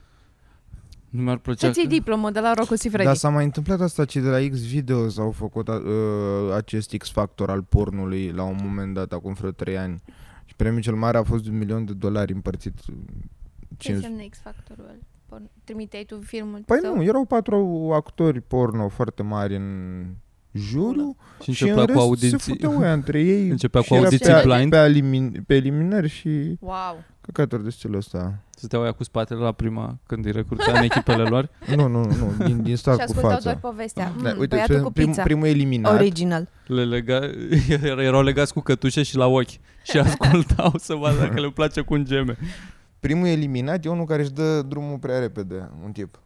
S1: Nu mi-ar plăcea
S2: Să-ți iei diplomă de la Rocco Sifredi.
S3: Dar s-a mai întâmplat asta, cei de la X Videos au făcut uh, acest X Factor al pornului la un moment dat, acum vreo 3 ani. Și premiul cel mare a fost de un milion de dolari împărțit. uh,
S2: Ce
S3: 500.
S2: înseamnă X-Factorul? ăla? Por- Trimiteai tu filmul
S3: Păi
S2: tău?
S3: nu, erau patru actori porno foarte mari în juriu
S1: și
S3: și în
S1: începea
S3: rest
S1: cu
S3: se
S1: audiții.
S3: futeau ea între ei
S1: Începea
S3: și
S1: cu
S3: era
S1: audiții
S3: pe,
S1: blind.
S3: pe, elimin, pe eliminări și
S2: Wow.
S3: căcaturi de stilul ăsta.
S1: Stăteau aia cu spatele la prima când îi recruta în echipele lor.
S3: Nu, nu, nu, din, din
S2: și
S3: start cu
S2: ascultau
S3: fața.
S2: doar povestea. Mm,
S3: Da, uite,
S2: băiatul
S3: ce-
S2: cu
S3: prim,
S2: pizza.
S3: primul eliminat.
S2: Original.
S1: Le lega, erau legați cu cătușe și la ochi și ascultau să vadă dacă le place cu un geme.
S3: Primul eliminat e unul care își dă drumul prea repede, un tip.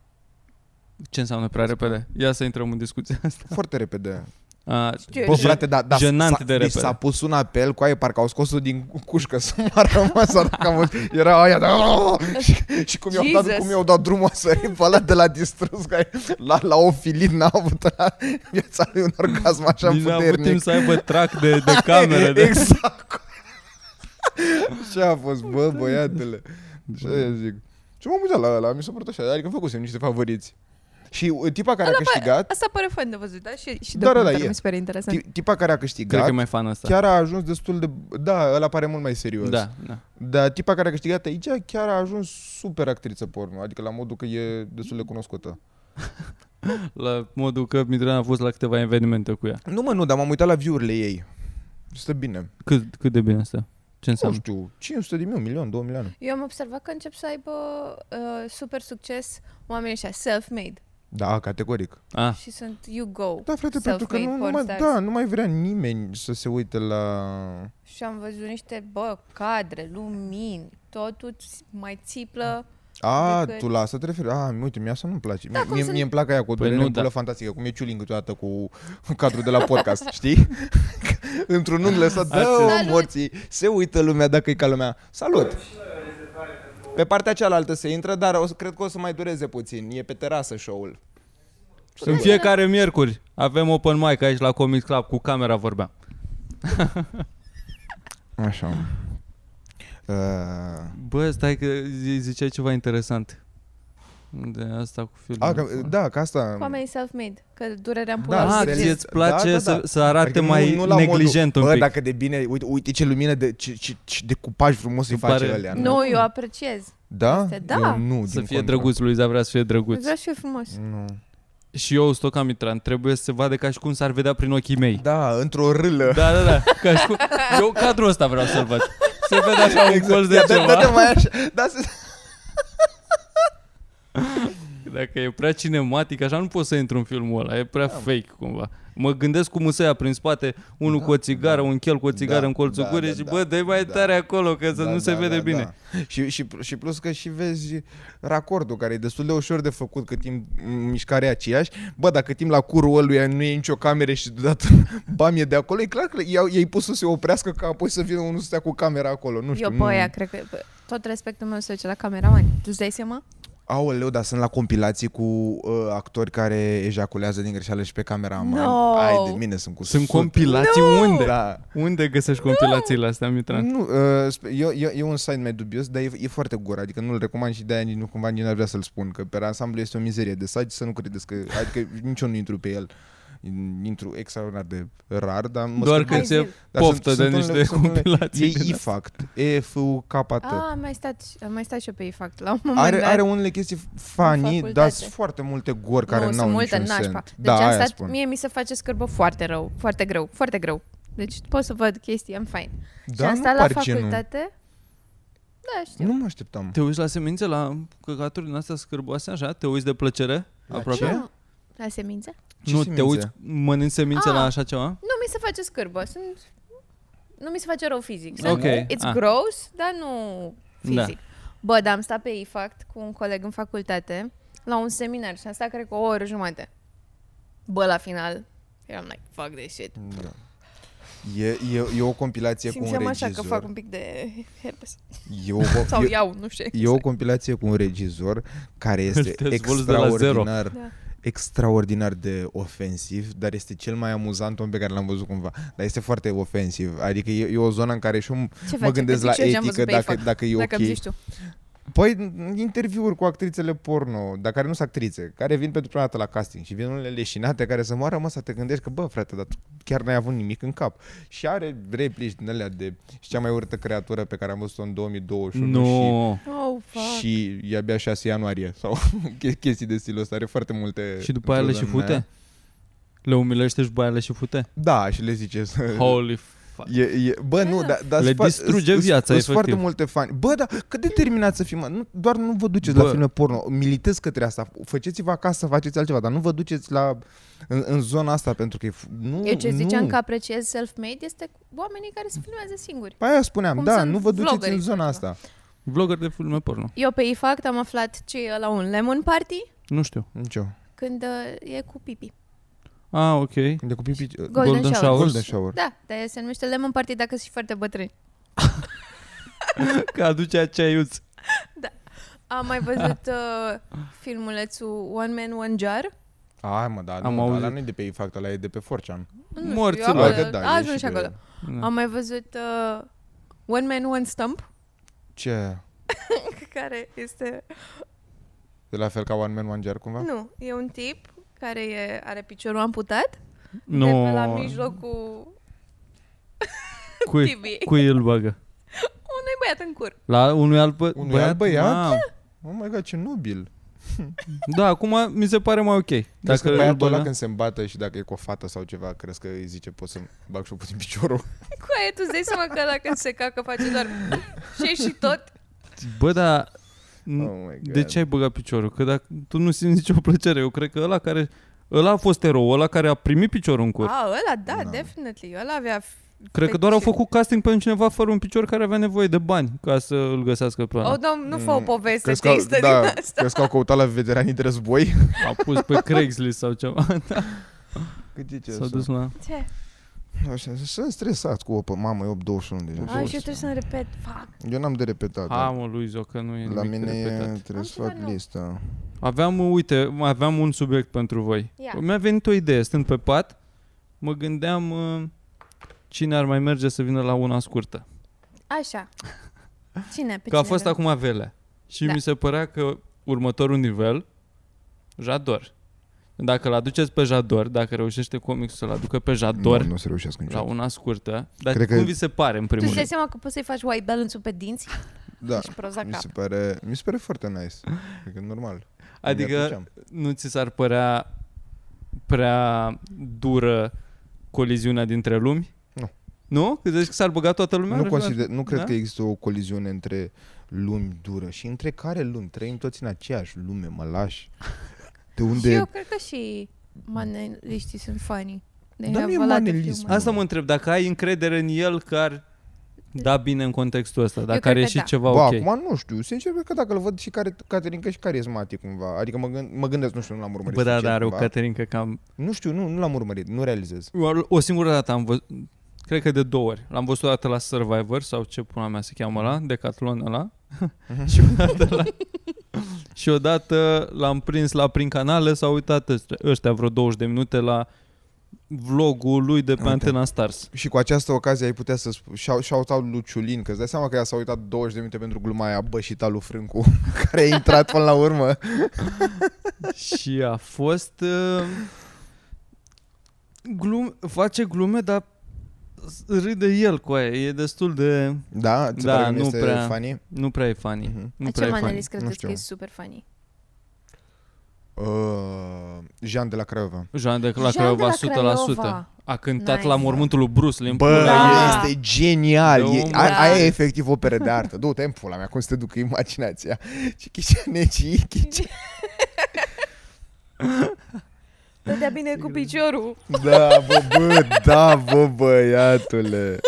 S1: Ce înseamnă prea repede? Ia să intrăm în discuția asta.
S3: Foarte repede.
S1: A,
S2: Știu eu
S3: Bă,
S2: ce-
S3: frate, da, da,
S1: jenant
S3: s-a,
S1: de
S3: deci
S1: repede.
S3: s-a pus un apel cu aia, parcă au scos-o din cușcă să mă rămas, sau dacă am văzut, era aia, da, și, și cum, i-au dat,
S2: Jesus.
S3: cum i-au dat drumul să pe ăla de la distrus, că la, la ofilit n-a avut la viața lui un orgasm așa
S1: nici n-a avut da. timp
S3: puternic.
S1: să aibă trac de, de camere. De...
S3: Exact. Ce a fost, bă, băiatele? Ce zic? Și m-am uitat la ăla, mi s-a părut așa, adică făcusem niște favoriți. Și uh, tipa care a câștigat,
S2: Asta pare fain de văzut, da? Și, și
S3: Doar ăla
S2: documentar,
S3: e.
S2: mi se pare interesant.
S3: ti- tipa care a
S1: Cred că
S3: câștigat,
S1: e mai fan ăsta.
S3: chiar a ajuns destul de... Da, ăla pare mult mai serios.
S1: Da, da.
S3: Dar tipa care a câștigat aici chiar a ajuns super actriță porno, adică la modul că e destul de cunoscută.
S1: La modul că Mitran a fost la câteva evenimente cu ea.
S3: Nu mă, nu, dar m-am uitat la view-urile ei. Stă bine.
S1: Cât, cât de bine asta? Ce
S3: Nu
S1: înseamnă?
S3: știu, 500 de mii, un milion, două milioane.
S2: Eu am observat că încep să aibă uh, super succes oamenii ăștia, self-made.
S3: Da, categoric.
S1: Ah,
S2: și sunt you go.
S3: Da, frate, pentru că nu,
S2: Self-made
S3: nu, mai,
S2: porn stars.
S3: da, nu mai vrea nimeni să se uite la...
S2: Și am văzut niște, bă, cadre, lumini, totul ți- mai
S3: Ah,
S2: țiplă.
S3: A,
S2: Decât-
S3: tu la asta te referi? A, uite, mie asta nu-mi place.
S2: Da,
S3: Da,
S2: cum
S3: mie,
S2: să nu-
S3: mie îmi plac aia cu o
S1: Păi
S3: păi
S1: nu,
S3: durere da.
S1: da.
S3: fantastică, cum e ciulin câteodată cu cadrul de la podcast, știi? Într-un unghiul ăsta, dă
S2: Salut!
S3: morții, se uită lumea dacă e ca lumea. Salut! Pe partea cealaltă se intră, dar o, să- cred că o să mai dureze puțin. E pe terasă show-ul. Păi
S1: în fiecare miercuri avem open mic aici la Comic Club, cu camera vorbeam.
S3: Așa. Uh,
S1: Bă, stai că zi- ziceai ceva interesant. De asta cu filmul.
S3: a, că, da, ca asta...
S2: Cu oamenii self-made, că durerea în
S3: Da,
S2: pula
S1: Ah,
S2: lor
S3: înțeles.
S1: ție
S2: vine.
S1: îți place
S3: Da, da,
S1: să,
S3: da.
S1: să arate
S3: Adică
S1: mai
S3: nu, nu la
S1: neglijent
S3: modul,
S1: un pic.
S3: Bă, dacă de bine, uite, uite ce lumină, de, ce, ce, ce decupaj frumos îi
S1: Îmi
S3: face
S1: pare-
S3: ălea.
S2: Nu, eu apreciez.
S3: Da?
S2: Este, da.
S3: Eu nu,
S1: Să
S3: din
S1: fie
S3: contră.
S1: drăguț, Luiza vrea să fie drăguț.
S2: Vreau și eu frumos.
S3: Nu.
S1: Și eu, Stoca Mitran, trebuie să se vadă ca și cum s-ar vedea prin ochii mei.
S3: Da, într-o râlă.
S1: Da, da, da. Ca și cum... Eu cadrul ăsta vreau să-l văd. Se vede așa un colț de
S3: Da, da, da,
S1: ceva.
S3: mai așa. Da, se...
S1: Dacă e prea cinematic, așa nu pot să intru în filmul ăla. E prea fake cumva. Mă gândesc cum se ia prin spate, unul
S3: Da,
S1: cu o țigară, un chel cu o țigară
S3: da,
S1: în colțul
S3: da,
S1: gurii
S3: da,
S1: și
S3: da,
S1: bă, dă mai
S3: da.
S1: tare acolo, că să
S3: da,
S1: nu
S3: da,
S1: se vede
S3: da,
S1: bine.
S3: Da. Și, și, și plus că și vezi racordul, care e destul de ușor de făcut cât timp m, mișcarea e aceeași. Bă, dacă timp la curul ăluia nu e nicio cameră și deodată bam e de acolo, e clar că i-au, ei pus să se oprească ca apoi să vină unul să stea cu camera acolo. Nu știu,
S2: Eu pe
S3: nu...
S2: aia, cred că bă, tot respectul meu se duce la cameraman. Tu îți dai seama?
S3: Aoleu, dar sunt la compilații cu uh, actori care ejaculează din greșeală și pe camera
S2: No!
S3: Ai de mine, sunt cu
S1: Sunt
S3: sute.
S1: compilații unde?
S3: Da.
S1: Unde găsești compilațiile astea, Mitran?
S3: Nu, uh, sp- eu, eu, e un site mai dubios, dar e, e foarte gură, adică nu-l recomand și de-aia nici nu cumva nici n-ar vrea să-l spun, că pe ansamblu este o mizerie de site, să nu credeți că, adică nici eu nu intru pe el, intru extraordinar de rar, dar mă
S1: Doar
S3: scândesc.
S1: că ți-e
S2: Hai zi.
S3: Dar sunt-
S1: poftă
S3: sunt
S1: de
S3: unele-
S1: niște
S3: sunt unele-
S1: compilații. din
S3: E IFACT, e f u k
S2: Ah, am mai stat, am mai stat și eu pe IFACT la un moment
S3: Are,
S2: dat.
S3: are unele chestii funny, dar
S2: facultate.
S3: sunt foarte multe gori care
S2: nu,
S3: n-au
S2: sunt multe
S3: niciun sens.
S2: nașpa. Deci
S3: da,
S2: am
S3: aia
S2: stat,
S3: spun.
S2: mie mi se face scârbă foarte rău, foarte greu, foarte greu. Deci pot să văd chestii, am fine.
S3: da,
S2: și am
S3: nu
S2: stat la
S3: par genul.
S2: facultate. Da, știu.
S3: Nu mă așteptam.
S1: Te uiți la semințe, la căcaturi din astea scârboase, așa? Te uiți de plăcere?
S3: La
S1: aproape?
S3: ce?
S2: Nu, La semințe?
S3: Ce
S1: nu,
S3: semințe?
S1: te uiți, mănânci semințe
S2: Ah.
S1: la așa ceva?
S2: Nu mi se face scârbă, sunt... Nu mi se face rău fizic. Sunt,
S1: Ok,
S2: It's
S1: ah.
S2: gross, dar nu
S1: Da.
S2: fizic. Bă, dar am stat pe IFACT cu un coleg în facultate la un seminar și am stat, cred că, o oră jumate. Bă, la final, eram like, fuck this shit.
S3: Da. E, e, e o compilație cu
S2: Simțeam
S3: un
S2: așa
S3: regizor.
S2: că fac un pic de herpes.
S3: E o, co-
S2: Sau
S3: e,
S2: iau, nu știu.
S3: e o compilație cu un regizor care este
S1: Te dezvolți de la zero.
S3: extraordinar,
S2: Da.
S3: extraordinar de ofensiv, dar este cel mai amuzant om pe care l-am văzăzut cumva. Dar este foarte ofensiv. Adică e, e o zonă în care și eu m-
S2: Ce
S3: mă
S2: face?
S3: gândesc
S2: Că
S3: la
S2: zici eu ce am
S3: etică
S2: văzut pe
S3: dacă,
S2: iFac,
S3: dacă e
S2: Dacă
S3: ok.
S2: îmi zici tu.
S3: Păi n- interviuri cu actrițele porno, dar care nu sunt actrițe, care vin pentru prima dată la casting și vin unele leșinate care să moară, mă, să te gândești că, bă, frate, dar tu chiar n-ai avut nimic în cap. Și are replici din alea de și cea mai urâtă creatură pe care am văzut-o în 2021 și,
S1: Nu.
S2: Oh, fuck.
S3: și e abia 6 ianuarie sau che- chestii de stilul ăsta, are foarte multe...
S1: Și după aia le și
S3: într-o zonă
S1: fute? Le umilește și după aia le și fute?
S3: Da, și le zice să...
S1: Holy fuck.
S3: E, e, bă, nu,
S2: Da.
S3: dar da,
S1: Le distruge viața,
S3: Sunt
S1: efectiv.
S3: foarte multe fani. Bă, dar cât de terminat să fim, mă? nu, doar nu vă duceți
S1: Bă.
S3: la filme porno. Militez către asta. Faceți-vă acasă, faceți altceva, dar nu vă duceți la în, în zona asta pentru că e, f- nu,
S2: Eu ce
S3: nu.
S2: ziceam că apreciez self-made este oamenii care se filmează singuri.
S3: Păi aia spuneam,
S2: Cum
S3: da,
S2: sunt
S3: nu vă duceți
S2: vloggerii
S3: în zona
S2: sau
S3: asta.
S1: Vlogger de filme porno.
S2: Eu pe IFACT am aflat ce e la un lemon party
S1: Nu știu.
S3: Nicio.
S2: când uh, e cu pipi.
S1: Ah, ok.
S3: Când e cu pipi...
S2: Golden shower.
S3: Golden shower.
S2: Da, dar se numește lemon party dacă sunt și foarte bătrâni.
S1: Că aducea ceaiuț.
S2: Am mai văzut uh, filmulețul One Man, One Jar.
S3: Ai mă, da,
S1: Am
S3: nu,
S1: auzit.
S3: da, ăla nu e de pe IFACT, ăla e de pe 4
S2: Nu știu,
S1: Morților.
S2: eu acolo-
S3: Adică da,
S2: a
S3: e
S2: ajuns
S3: și
S2: și acolo.
S1: Da.
S2: Am mai văzut uh, One Man, One Stump,
S3: Ce?
S2: care este...
S3: De la fel ca One Man, One Jar cumva?
S2: Nu, e un tip care e, are piciorul amputat
S1: Nu.
S2: de pe la mijlocul
S1: Cui,
S2: tibiei.
S1: cui îl bagă?
S2: Unui băiat în cur.
S1: La unui alt bă-
S3: Unui
S1: băiat?
S3: alt băiat?
S1: Mamă.
S3: Oh my god, ce nobil.
S1: Da, acum mi se pare mai ok.
S3: Crezi
S1: îl
S3: că băiatul ăla
S1: băga-
S3: când se îmbată și dacă e cu o fată sau ceva, crezi că îi zice poți să-mi bag și eu puțin piciorul?
S2: Cu aia tu îți dai seama că dacă se cacă face doar... și e și tot
S1: Bă, dar N-
S3: Oh my God.
S1: De ce ai băgat piciorul? Că dacă tu nu simți nicio plăcere, eu cred că ăla care... Ăla a fost erou, ăla care a primit piciorul în cur.
S2: A, ăla, da,
S3: Da.
S2: definitely. Ăla avea...
S1: Cred că doar au
S2: făcut
S1: făcut casting pentru cineva fără un picior care avea nevoie de bani ca să îl găsească pe ăla.
S2: Oh, dom, nu fă o
S3: Mm,
S2: poveste
S3: Crezi că, au-
S2: tristă
S3: da,
S2: din asta.
S3: crezi că au căutat la veteranii de război?
S1: A pus pe Craigslist sau ceva.
S3: Cât e ce
S1: S-a dus
S3: sunt?
S1: la...
S2: Ce?
S3: Așa, sunt stresat cu opă. Mamă, e 8.21 deja.
S2: A, Ah, și eu trebuie să-mi repet. Fuck.
S3: Eu n-am de repetat.
S1: Ha,
S3: dar
S1: mă, Luizo, că nu e
S3: La
S1: nimic
S3: mine
S1: de repetat.
S3: trebuie să
S2: ceva
S3: fac
S2: nou.
S3: lista.
S1: Aveam, uite, mai aveam un subiect pentru voi.
S2: Ia.
S3: Păi-
S1: Mi-a venit o idee, stând pe pat, mă gândeam uh, cine ar mai merge să vină la una scurtă.
S2: Așa. Cine? Pe
S1: Că a
S2: cine
S1: fost
S2: vrei?
S1: acum Velea. Și
S2: Da.
S1: mi se părea că următorul nivel, Jador. Dacă îl aduceți pe Jador, dacă reușește comicul să-l aducă pe Jador
S3: Nu, nu o să reușesc
S1: la
S3: niciodată.
S1: una scurtă, dar
S3: Exact. Cred
S1: Cred
S3: că-
S1: cum vi se pare în
S2: Tu
S1: primul
S2: îți dai
S1: rând?
S2: seama că poți să-i faci white balance-ul pe dinți?
S3: Da,
S2: Ești prost la
S3: mi
S2: cap.
S3: se, pare, mi se pare foarte nice. Cred că e normal. Ne
S1: Adică
S3: apuceam.
S1: nu ți s-ar părea prea dură coliziunea dintre lumi?
S3: Nu.
S1: Nu? Că zici că s-ar băga toată lumea?
S3: Nu,
S1: Ar-
S3: consider, nu cred
S1: Da?
S3: că există o coliziune între lumi dură și între care lumi. Trăim toți în aceeași lume, mă lași. De unde...
S2: Și eu cred că și maneliștii sunt funny. They
S3: Dar
S2: have
S3: nu e
S2: a lot of
S3: manelism.
S2: humor.
S1: Asta mă întreb, dacă ai încredere în el că ar da bine în contextul ăsta, dacă
S2: cred
S1: are
S2: că
S1: și
S2: da.
S1: ceva
S3: Ba,
S1: ok.
S3: acum nu știu. Sincer, cred că dacă îl văd și care, Caterin, că și carismatic cumva. Adică mă, gând, mă gândesc, nu știu, nu l-am urmărit.
S1: Bă, da,
S3: sincer,
S1: da, are o
S3: cumva.
S1: Caterinca cam...
S3: Nu știu, nu, nu l-am urmărit, nu realizez.
S1: O- O singură dată am văzut, cred că de două ori. L-am văzut o dată la Survivor sau ce pula mea se cheamă
S3: Mhm.
S1: la, Decathlon ăla. și odată la... și odată l-am prins la prin canale, s-au uitat ăștia- ăștia vreo 20 de minute la vlogul lui de pe
S3: Uite.
S1: Antena Stars.
S3: Și cu această ocazie ai putea să sp- shout- shout-out lui Ciulin, că îți dai seama că ea s-a uitat 20 de minute pentru gluma aia bășita lui Frâncu, care a intrat până la urmă.
S1: și a fost... Uh, glum, face glume, dar s- râde el cu aia. E destul de...
S3: Da? Ți se
S1: Da,
S3: pare că
S1: nu
S3: este
S1: prea.
S3: funny?
S1: Nu prea e funny.
S3: Mhm.
S1: Nu prea
S2: Ce
S1: e funny.
S2: manelist credeți
S3: știu.
S2: că e super funny?
S3: Uh, Jean de la Craiova.
S1: Jean de la
S2: Jean de
S1: Craiova
S2: la
S1: 100%.
S2: Craiova.
S1: A cântat
S2: Nice.
S1: la mormântul lui Bruce Lee.
S3: Bă,
S2: Da.
S3: da. este genial.
S1: Da,
S3: E,
S1: omul.
S3: a, aia
S2: Da.
S3: e efectiv o operă de artă. Du-te în pula mea, cum să te ducă imaginația. Și chiceaneci, chice.
S2: Dădea bine cu piciorul.
S3: Da, bă, bă, da, bă, băiatule.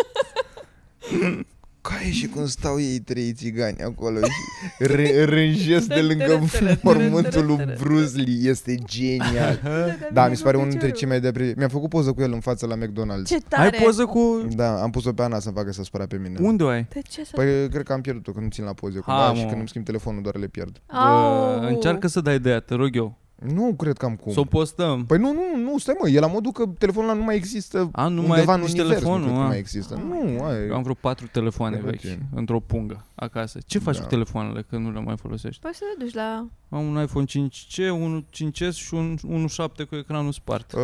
S3: Care și cum stau ei trei țigani acolo și ră- rânjesc de lângă mormântul lui Bruce Lee. Este genial.
S2: Dădea
S3: Da,
S2: bine
S3: mi
S2: cu
S3: se pare
S2: piciorul.
S3: unul dintre cei mai de apre- Mi-am făcut poză cu el în față la McDonald's.
S2: Ce
S1: Ai
S2: tare!
S1: poză cu...
S3: Da, am pus-o pe Ana să-mi facă să spăra pe mine.
S1: Unde o ai?
S2: De ce să...
S3: Păi cred că am pierdut-o, că nu țin la poze
S1: Ha,
S3: cumva și
S1: mă.
S3: când îmi schimb telefonul doar le pierd.
S2: Au!
S1: Bă, uh, încearcă să dai de ea, te rog eu.
S3: Nu cred că am cum.
S1: Să o postăm.
S3: Păi nu, nu, nu, stai mă, e la modul că telefonul ăla nu mai există
S1: A, nu mai
S3: undeva
S1: ai
S3: în
S1: nici
S3: univers, nu
S1: telefonul,
S3: cred că
S1: a.
S3: mai există. Nu,
S1: Eu
S3: ai,
S1: am vreo patru telefoane
S3: De
S1: vechi
S3: rutin.
S1: într-o pungă acasă. Ce faci
S3: Da.
S1: cu telefoanele că nu le mai folosești?
S2: Poți Păi să le duci la...
S1: Am un iPhone 5C, un 5S și un 1.7 cu ecranul spart.
S3: Uh,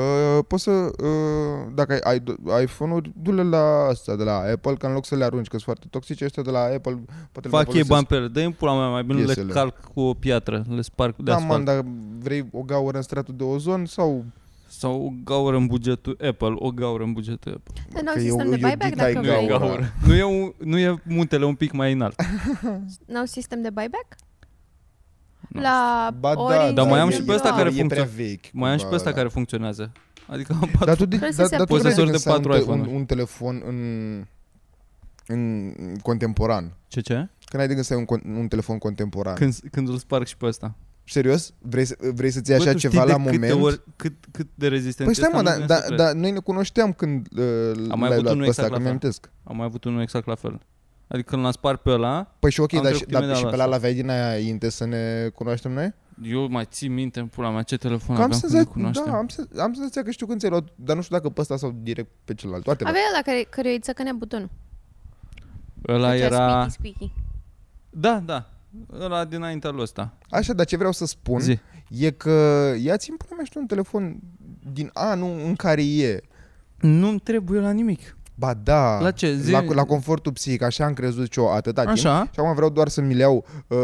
S3: poți să, uh, dacă ai, ai do- iPhone-uri, du-le la asta de la Apple, că în loc să le arunci, că sunt foarte toxice ăștia de la Apple, poate le mai
S1: Fac ei
S3: folosesc.
S1: bani pe ele. Dă-mi pula mea, mai bine le
S3: Piesele.
S1: calc cu o piatră, le sparg de
S3: Da, man,
S1: asfalt.
S3: dacă vrei o gaură în stratul de ozon sau...
S1: Sau o gaură în bugetul Apple, o gaură în bugetul Apple.
S2: Dar n-au
S3: că
S2: sistem
S3: eu-
S2: de
S3: eu
S2: buyback
S3: dictai
S2: dacă
S1: Nu e,
S2: vrei.
S3: gaură.
S1: gaură. nu, e un, nu e muntele un pic mai înalt.
S2: N-au sistem de buyback?
S1: Nu.
S2: La
S3: Ba da,
S2: ori
S1: Dar mai am și
S3: e-
S1: pe ăsta
S3: e
S1: care
S3: prea
S1: funcționează.
S3: vechi,
S1: Mai am și pe
S3: cumva,
S1: ăsta
S3: ăla.
S1: care funcționează. Adică am patru...
S3: da. Dar tu, de,
S2: Trebuie să
S3: da,
S2: se
S3: dar tu
S1: Poți să
S3: crezi
S1: sori
S3: că
S1: de patru
S3: un, te- un,
S1: iPhone-uri.
S3: un telefon în, în contemporan?
S1: Ce, ce?
S3: Când ai de gând să ai un, con- un telefon contemporan? Când...
S1: Când, când îl sparg și pe ăsta.
S3: Serios? Vrei, să- vrei să-ți iei
S1: Bă,
S3: așa
S1: tu știi
S3: ceva
S1: de
S3: la
S1: câte
S3: moment?
S1: Ori, cât, cât de rezistent
S3: Păi stai
S1: este,
S3: mă,
S1: nu vine
S3: dar da,
S1: să cred.
S3: da, noi ne cunoșteam când uh,
S1: Am mai
S3: l-ai
S1: avut
S3: luat
S1: unul
S3: pe ăsta,
S1: exact
S3: că
S1: la
S3: mi
S1: fel.
S3: amintesc.
S1: Am mai avut unul exact la fel. Adică când l-am spart pe ăla,
S3: Păi și ok,
S1: Am
S3: dar, și,
S1: trecut imediat
S3: dar și
S1: la
S3: pe la
S1: asta.
S3: aveai din aia inte să ne cunoaștem noi?
S1: eu mai țin minte în pula mea ce telefon
S3: Că am,
S1: aveam când îl
S3: senzația,
S1: cunoaștem.
S3: da, am, sen- am senzația că știu când ți-ai luat, dar nu știu dacă pe ăsta sau direct pe celălalt. Toate
S2: Avea ăla care, care îi țăcănea butonul.
S1: Ăla
S2: Făcea
S1: era...
S2: squeaky, squeaky.
S1: Da, da. Ăla dinaintea lui ăsta.
S3: Așa, dar ce vreau să spun
S1: Zi.
S3: e că ia-ți îmi pune un telefon din anul în care e.
S1: Nu-mi trebuie la nimic.
S3: Ba da,
S1: La ce? Zi-
S3: la, la confortul psihic, așa am crezut și eu atâta timp.
S1: Așa.
S3: Și acum vreau doar să mi le iau. Uh,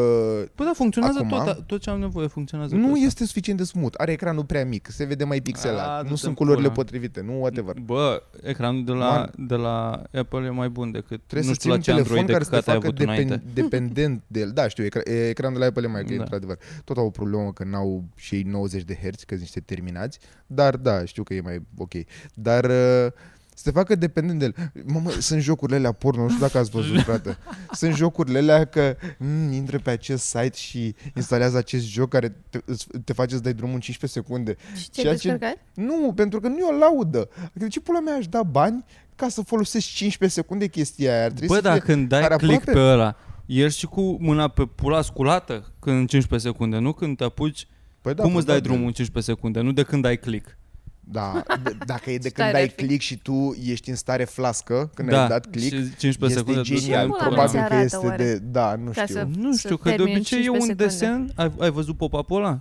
S1: Păi da, funcționează
S3: Acum-
S1: tot, tot ce am nevoie, funcționează
S3: uh, nu
S1: tot.
S3: este suficient de smooth, are ecranul prea mic, se vede mai pixelat,
S1: A,
S3: nu
S1: du-te în
S3: sunt culorile
S1: pula.
S3: potrivite, nu whatever.
S1: Bă, ecranul de la, de la Apple e mai bun decât
S3: Trebuie
S1: nu știu
S3: să ții
S1: la
S3: un
S1: ce
S3: telefon
S1: Android
S3: care
S1: de
S3: să te
S1: căcat ai
S3: facă
S1: avut înainte.
S3: depen- dependent de el. Da, știu, ecra- e- ecranul de la Apple e mai greu,
S1: Da.
S3: într-adevăr. Tot au o problemă că n-au și ei 90 de herți, că sunt niște terminați, dar da, știu că e mai ok. Dar uh, să te facă dependent de el. Mamă, sunt jocurile alea porno, nu știu dacă ați văzut, frate. Sunt jocurile alea că mm, intră pe acest site și instalează acest joc care te, îți- te face să dai drumul în 15 secunde.
S2: Și ce ai
S3: Ceea ce-
S2: descărcat?
S3: Nu, pentru că nu e o laudă. Adică de ce pula mea aș da bani ca să folosesc 15 secunde chestia aia? Ar trebui
S1: Bă,
S3: să
S1: dar
S3: fie-
S1: când dai
S3: care
S1: click
S3: aproape-
S1: pe ăla, ești și cu mâna pe pula sculată când în 15 secunde, nu când te apuci,
S3: Păi
S1: da, cum îți dai
S3: probabil.
S1: drumul în 15 secunde, nu de când dai click.
S3: Da, d- dacă e de
S2: Stare
S3: când dai
S2: ar fi.
S3: click și tu ești în stare flască când
S1: da,
S3: ai dat click,
S1: și 15 secunde
S3: este
S1: te duci
S3: genial.
S1: în
S2: pula mea ți
S3: Probabil că
S2: arată,
S3: este
S2: oare?
S3: de... Da, nu
S2: Ca
S3: știu.
S2: să-
S1: Nu știu, că de
S2: termin în
S1: obicei e un
S2: 15 secunde.
S1: desen, ai, ai văzut pop-up-ul ăla?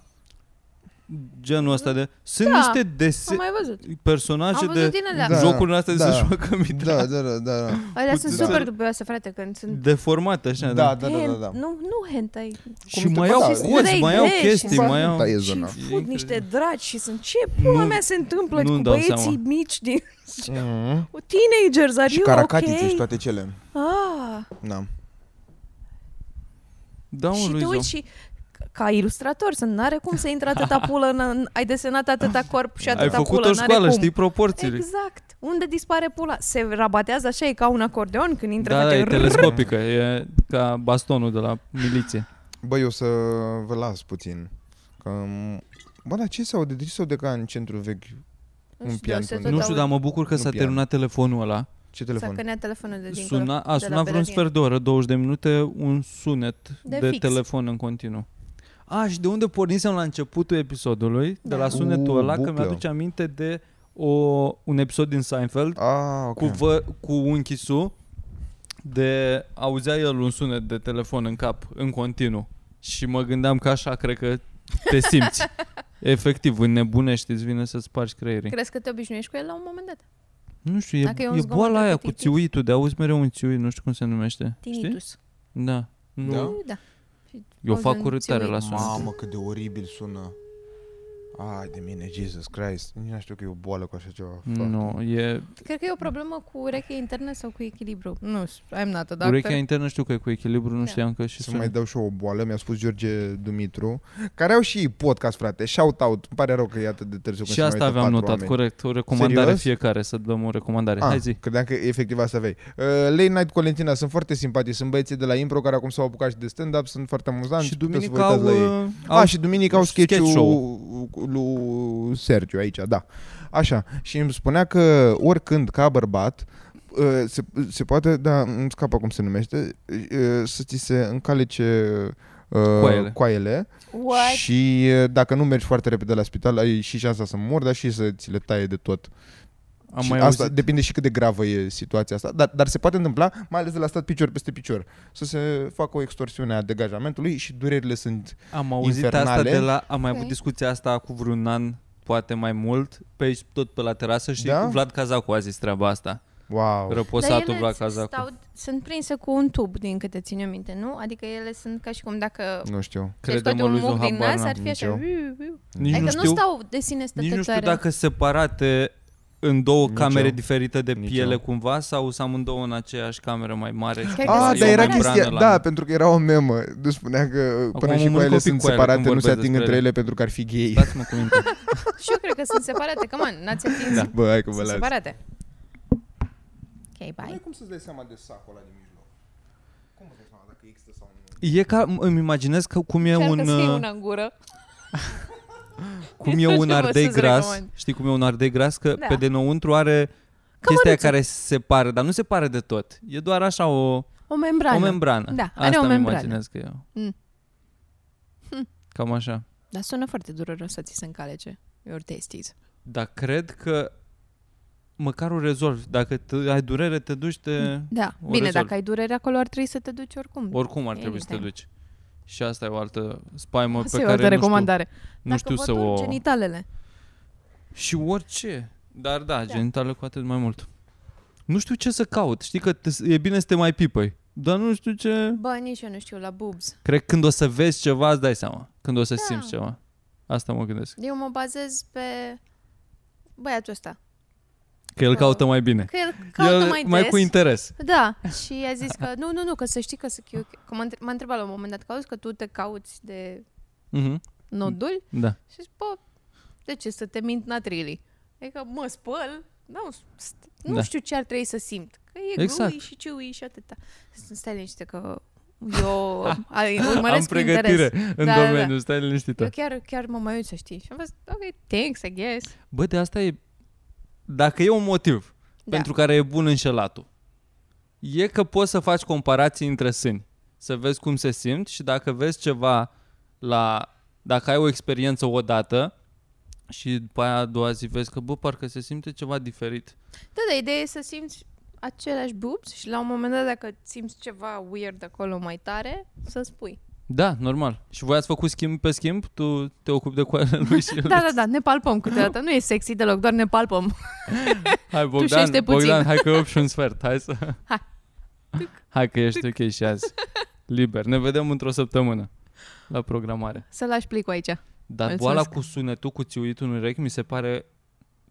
S1: Genul ăsta de... Sunt
S2: Da,
S1: niște
S2: Am
S1: dese,
S2: mai văzut.
S1: personaje
S2: Am
S1: de...
S2: văzut din alea.
S3: Da.
S1: Jocurile astea de
S3: da.
S1: se joacă mitre,
S3: Da, da, da, da. da.
S2: Alea sunt
S3: Da.
S2: super dubioase, frate, când sunt...
S1: deformate așa.
S3: Da, da, da, da,
S2: Hen-
S3: da.
S2: Nu, nu hentai.
S1: Și
S3: Cum
S1: mai
S3: te-
S1: iau
S3: da,
S2: și
S1: cozi, mai iau
S2: 3D și-
S1: chestii, mai
S3: Da,
S1: iau...
S3: e
S2: Și
S3: zona.
S1: incredibil.
S2: fut niște dragi și sunt ce
S1: Nu-
S2: pula mea se întâmplă
S1: nu-mi
S2: cu
S1: dau
S2: băieții
S1: seama.
S2: mici din
S3: Mhm.
S2: teenagers, are
S3: Și
S2: you
S3: caracatițe
S2: okay?
S3: și toate cele.
S2: Ah,
S3: Da.
S1: Da, mă,
S2: și te
S1: Luizo.
S2: uiți și ca ilustrator, să n-are cum să intre atâta pulă, în, în, ai desenat atâta corp și atâta
S1: Ai făcut
S2: pulă,
S1: o
S2: n-are
S1: școală,
S2: cum.
S1: știi proporțiile.
S2: Exact. Unde dispare pula? Se rabatează așa, e ca un acordeon când Exact, intră
S1: Da, da, e
S2: face rrr.
S1: telescopică, e ca bastonul de la miliție.
S3: Bă, eu să vă las puțin. Că... Bă, dar ce se aude? De ce se aude ca în centru vechi?
S2: Nu
S3: un
S2: știu,
S3: pian
S2: se
S3: pe
S2: tot
S3: undeva.
S1: Nu știu,
S2: aude.
S1: dar mă bucur că
S3: Un
S1: s-a
S3: pian.
S1: terminat telefonul ăla.
S3: Ce
S2: S-a
S3: telefon?
S2: cănea telefonul de dincolo.
S1: Suna, a
S2: de la
S1: sunat vreun
S2: Berlin.
S1: sfert de oră, 20 de minute, un sunet de,
S2: De
S1: de
S2: fix.
S1: telefon în continuu. A, și de unde pornisem la începutul episodului? De la
S2: Da.
S1: sunetul
S3: U,
S1: ăla, că
S3: buclă.
S1: mi-aduce aminte de o, un episod din Seinfeld
S3: Ah, ok.
S1: cu, vă, cu unchisu de auzea el un sunet de telefon în cap, în continuu. Și mă gândeam că așa cred că te simți. Efectiv, înnebunești, îți vine să spargi creierii.
S2: Crezi că te obișnuiești cu el la un moment dat?
S1: Nu știu, e,
S2: Dacă e un
S1: e
S2: zgomot
S1: boala aia cu
S2: repetitiv.
S1: țiuitul, de auzi mereu un țiuit, nu știu cum se numește. Știi?
S2: Tinitus.
S1: Da. Nu.
S3: Da?
S2: Da.
S1: Eu
S2: Auzi
S1: fac
S2: un
S1: urâtare
S2: țiuit.
S1: la sunet.
S3: Mamă, cât de oribil sună. Ai de mine, Jesus Christ. Nici nu știu că e o boală cu așa ceva.
S1: Nu, e
S2: Cred că e o problemă cu urechea internă sau cu echilibru. Nu, I'm not a doctor.
S1: urechea internă, știu că e cu echilibru, nu
S2: Da.
S1: știam că și
S3: să
S1: sună.
S3: mai dau și eu o boală, mi-a spus George Dumitru, care au și ei podcast, frate, shout out, îmi pare rău că e atât de târziu când
S1: Și
S3: se mai
S1: asta
S3: uită
S1: aveam
S3: patru
S1: notat,
S3: oameni.
S1: corect, o recomandare
S3: Serios?
S1: fiecare, să dăm o recomandare.
S3: Ah,
S1: Hai zi.
S3: credeam că efectiv asta vei. Uh, Late Night Colentina sunt foarte simpatici, sunt băieții de la Impro care acum s-au apucat și de stand-up, sunt foarte amuzanți.
S1: și
S3: puteți Da,
S1: duminica
S3: să vă
S1: au,
S3: uitați la ei.
S1: uh, au
S3: A, Ah, și duminică au
S1: sketch
S3: sketch-ul
S1: show.
S3: lui Sergiu aici, da. Așa, și îmi spunea că oricând, ca bărbat, uh, se, se poate, da, îmi scapă cum se numește, uh, să ți se încalece uh,
S1: Coaiele.
S3: coaiele
S2: What?
S3: și uh, dacă nu mergi foarte repede la spital, ai și șansa să mor, dar și să ți le taie de tot.
S1: Am
S3: și
S1: mai
S3: asta
S1: auzit.
S3: depinde și cât de gravă e situația asta. Dar, dar se poate întâmpla, mai ales de la stat picior peste picior, să se facă o extorsiune a degajamentului și durerile sunt...
S1: Am auzit asta
S3: infernale.
S1: de la, am mai
S2: Ok.
S1: avut discuția asta cu vreun an, poate mai mult, pe aici, tot pe la terasă și
S3: Da?
S1: Vlad Cazacu a zis treaba asta.
S3: Wow!
S2: Dar
S1: Răposatul
S2: ele
S1: Vlad Cazacu.
S2: stau, sunt prinse cu un tub, din câte ține minte, nu? Adică ele sunt ca și cum dacă
S3: Nu știu.
S2: îți
S1: Crede-mă,
S2: bate Deci un
S1: lui
S2: muc din
S1: Zohabar
S2: nas,
S1: n-am.
S2: ar fi așa.
S3: nicio.
S2: Uiu, uiu.
S1: Nici
S2: Adică
S1: nu
S2: nu
S1: știu-
S2: stau de sine
S1: Nici nu știu
S2: stătătoare.
S1: dacă separate în două
S3: Nici
S1: camere
S3: eu.
S1: diferite de
S3: Nici
S1: piele
S3: eu.
S1: cumva sau sunt amândouă în aceeași cameră mai mare? și
S2: Cred că
S1: cumva
S2: sunt
S3: Ah,
S1: e
S3: dar
S1: o
S3: era
S2: separate.
S1: membrană
S3: chestia,
S1: la
S3: da,
S1: mijloc.
S3: pentru că era o memă. Nu spunea că până
S1: am
S3: și
S1: omorât
S3: cu ele
S1: copii
S3: sunt
S1: cu ele când
S3: separate, nu se
S1: vorbesc
S3: ating
S1: despre
S3: între
S1: ele.
S3: ele pentru că ar fi gay.
S1: Stați-mă cu minte.
S2: Și eu cred că sunt separate, că man, n-ați atins.
S1: Da.
S3: Bă, hai că vă
S2: Sunt
S3: las.
S2: separate. Ok, bye.
S3: cum să-ți dai seama de sacul ăla din mijloc? Cum îți dai seama dacă există sau nu?
S1: E ca, îmi imaginez că cum e un,
S2: Încearcă să iei
S1: uh,
S2: una în gură.
S1: cum e un
S2: Vă
S1: ardei
S2: să-ți
S1: gras,
S2: recomand.
S1: știi cum e un ardei gras, că
S2: Da.
S1: pe dinăuntru are chestia aia
S2: măruță.
S1: care se separă, dar nu se pare de tot. E doar așa o,
S2: O membrană.
S1: o membrană.
S2: Da,
S1: Asta
S2: are o
S1: îmi
S2: membrană.
S1: imaginez că e.
S2: Mm. Hm.
S1: Cam așa.
S2: Dar sună foarte dureros să ți se încalece. Your testes.
S1: Dar cred că măcar o rezolvi. Dacă te, ai durere, te duci, te...
S2: Da.
S1: O
S2: Bine,
S1: rezolv.
S2: dacă ai durere acolo, ar trebui să te duci oricum.
S1: Oricum ar trebui să te
S2: Anytime.
S1: duci. Și asta e o altă spaimă
S2: Asta
S1: pe
S2: e o altă
S1: care nu știu,
S2: recomandare.
S1: nu știu
S2: vă
S1: să
S2: dor
S1: o...
S2: genitalele.
S1: Și orice. Dar da, da. genitală cu atât mai mult. nu știu ce să caut. Știi că te- e bine să te mai pipăi. Dar nu știu ce...
S2: Bă, nici eu nu știu, la boobs.
S1: Cred că când o să vezi ceva, îți dai seama. Când o să
S2: Da.
S1: simți ceva. Asta mă gândesc.
S2: Eu mă bazez pe băiatul ăsta.
S1: Că el
S2: Da.
S1: caută mai bine.
S2: Că el caută
S1: el
S2: mai,
S1: mai
S2: des.
S1: cu interes.
S2: Da, și a zis că nu, nu, nu, că să știi că, să, că, că m-a, între- m-a întrebat la un moment dat că auzi că tu te cauți de
S1: Mhm.
S2: nodul
S1: Da.
S2: și zic, bă, de ce să te mint natrili? Adică mă spăl, nu, st- nu
S1: Da.
S2: știu ce ar trebui să simt. Că e
S1: Exact.
S2: exact. grui și ciui și atâta. Să stai liniște că eu a, urmăresc
S1: Am
S2: cu interes.
S1: pregătire în
S2: Da, da,
S1: domeniu,
S2: da.
S1: stai liniștită.
S2: Eu chiar, chiar mă mai uit să știi. Și am fost, ok, thanks, I guess.
S1: Bă, de asta e... Dacă e un motiv
S2: Da.
S1: pentru care e bun înșelatul, e că poți să faci comparații între sâni. Să vezi cum se simt și dacă vezi ceva la... Dacă ai o experiență odată și după aia a doua zi vezi că, bă, parcă se simte ceva diferit.
S2: Da, da, ideea e să simți aceleași boobs și la un moment dat dacă simți ceva weird acolo mai tare, să spui.
S1: Da, normal. Și voi ați făcut schimb pe schimb? Tu te ocupi de coarele lui și el.
S2: Da, da, da, ne palpăm câteodată. Nu e sexy deloc, doar ne palpăm.
S1: Hai Bogdan,
S2: șește puțin.
S1: Bogdan, hai că e 8 și un sfert. Hai să...
S2: Hai.
S1: Hai că ești ok și azi. Liber. Ne vedem într-o săptămână la programare.
S2: Să lași plicul aici.
S1: Dar
S2: Mulțumesc.
S1: boala cu sunetul, cu țiuitul în urechi, mi se pare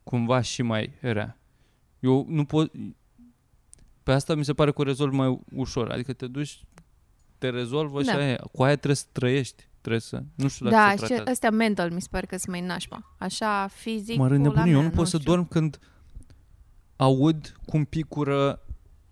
S1: cumva și mai rea. Eu nu pot... Pe asta mi se pare că o rezolv mai ușor. Adică te duci, te rezolvă și
S2: Da.
S1: aia e. Cu aia trebuie să trăiești. Trebuie să... Nu știu la
S2: Da,
S1: ce se
S2: și
S1: tratează.
S2: ăstea mental mi se pare că sunt mai nașpa. Așa, fizic,
S1: Mă rând
S2: pula
S1: nebun, eu
S2: mea,
S1: nu pot să
S2: știu.
S1: dorm când aud cum picură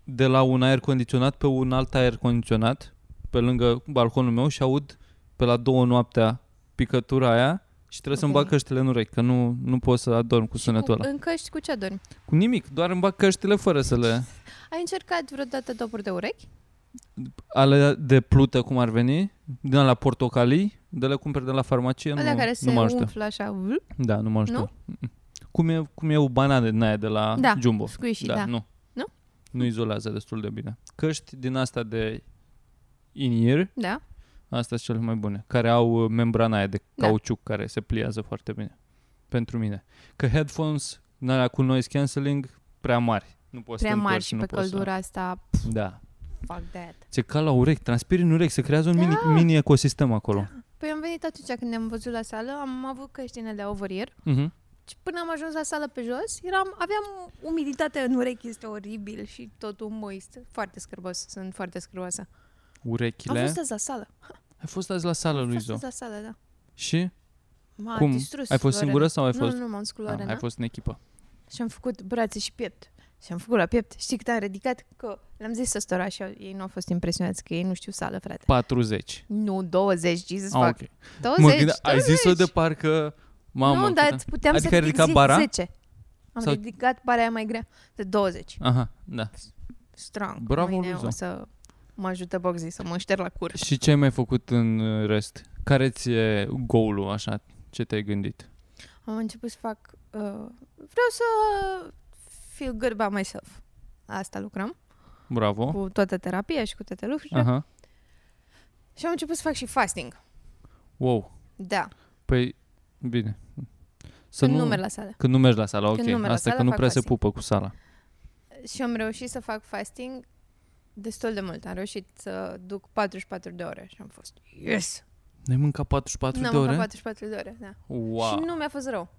S1: de la un aer condiționat pe un alt aer condiționat pe lângă balconul meu și aud pe la două noaptea picătura aia și trebuie să-mi
S2: Ok.
S1: bag căștile în urechi, că nu, nu pot să adorm cu sunetul
S2: Cu,
S1: ăla.
S2: în căști cu ce dormi?
S1: Cu nimic, doar îmi bag căștile fără să le...
S2: Ai încercat vreodată dopuri de urechi?
S1: Ale de plută, cum ar veni, din la portocalii, de le cumperi de la farmacie, nu,
S2: Alea care se
S1: nu mă ajută.
S2: umflă așa, vlup,
S1: Da, nu mă ajută. Mm-mm. Cum e, cum e o banană din aia de la
S2: Da,
S1: Jumbo.
S2: squishy,
S1: da,
S2: da.
S1: Nu.
S2: Nu?
S1: Nu izolează destul de bine. Căști din asta de in-ear,
S2: da?
S1: astea sunt cele mai bune, care au uh, membrana aia de
S2: Da.
S1: cauciuc care se pliază foarte bine. Pentru mine. Că headphones, din alea cu noise cancelling, prea mari. Nu poți
S2: Prea
S1: să
S2: mari
S1: întorci,
S2: și
S1: nu
S2: pe
S1: poți să-
S2: căldura asta,
S1: Da.
S2: fuck that.
S1: Ți-e ca la urechi, transpiri în urechi, se creează un
S2: Da.
S1: mini, mini ecosistem acolo.
S2: Păi am venit atunci când ne-am văzut la sală, am avut căștine de over
S1: Mhm.
S2: Și până am ajuns la sală pe jos, eram, aveam umiditate în urechi, este oribil și totul moist. Foarte scârbos, sunt foarte scârboasă. Am
S1: Urechile.
S2: fost azi la sală.
S1: Ai fost azi la sală,
S2: Am
S1: lui
S2: fost
S1: Zo.
S2: azi la sală, da.
S1: Și?
S2: M-a
S1: Cum?
S2: distrus
S1: Ai fost
S2: Lorena.
S1: singură sau ai
S2: Nu,
S1: fost?
S2: nu, m-am dus cu
S1: Ah,
S2: Lorena Da.
S1: ai fost în echipă.
S2: și am făcut brațe și piept. Și am făcut la piept. Știi cât am ridicat? Că le-am zis să stora și ei nu au fost impresionați că ei nu știu sală, frate.
S1: 40.
S2: Nu, 20, Jesus
S1: Ah,
S2: fuck.
S1: ok.
S2: 20,
S1: Mă gândeam, ai
S2: 20.
S1: zis-o de parcă... Mamă,
S2: nu,
S1: cât
S2: dar
S1: am-
S2: puteam
S1: Adică
S2: să
S1: ai
S2: ridic
S1: ridicat bara?
S2: 10. Am
S1: Sau-
S2: ridicat bara aia mai grea. De 20.
S1: Aha, da.
S2: Strong.
S1: Bravo,
S2: Mâine
S1: Luiza.
S2: o să mă ajute Boxy să mă șterg la cur.
S1: Și ce ai mai făcut în uh, rest? Care ți-e goal-ul, așa? Ce te-ai gândit?
S2: Am început să fac... Uh, vreau să feel good about myself. La Asta lucrăm.
S1: Bravo.
S2: Cu toată terapia și cu toate lucrurile.
S1: Oh. Aha.
S2: Și am început să fac și fasting.
S1: Wow.
S2: Da.
S1: Păi, bine. Să
S2: Când nu merg la sală.
S1: Când nu mergi la sala, ok.
S2: nu merg la
S1: Asta e că
S2: sală,
S1: nu
S2: fac
S1: prea se
S2: fasting.
S1: pupă cu sala.
S2: Și am reușit să fac fasting destul de mult. Am reușit să duc 44 de ore. Și am fost... Yes!
S1: Ne-ai mâncat 44
S2: N-am
S1: de ore?
S2: mâncat 44 de ore, da.
S1: Wow.
S2: Și nu mi-a fost rău.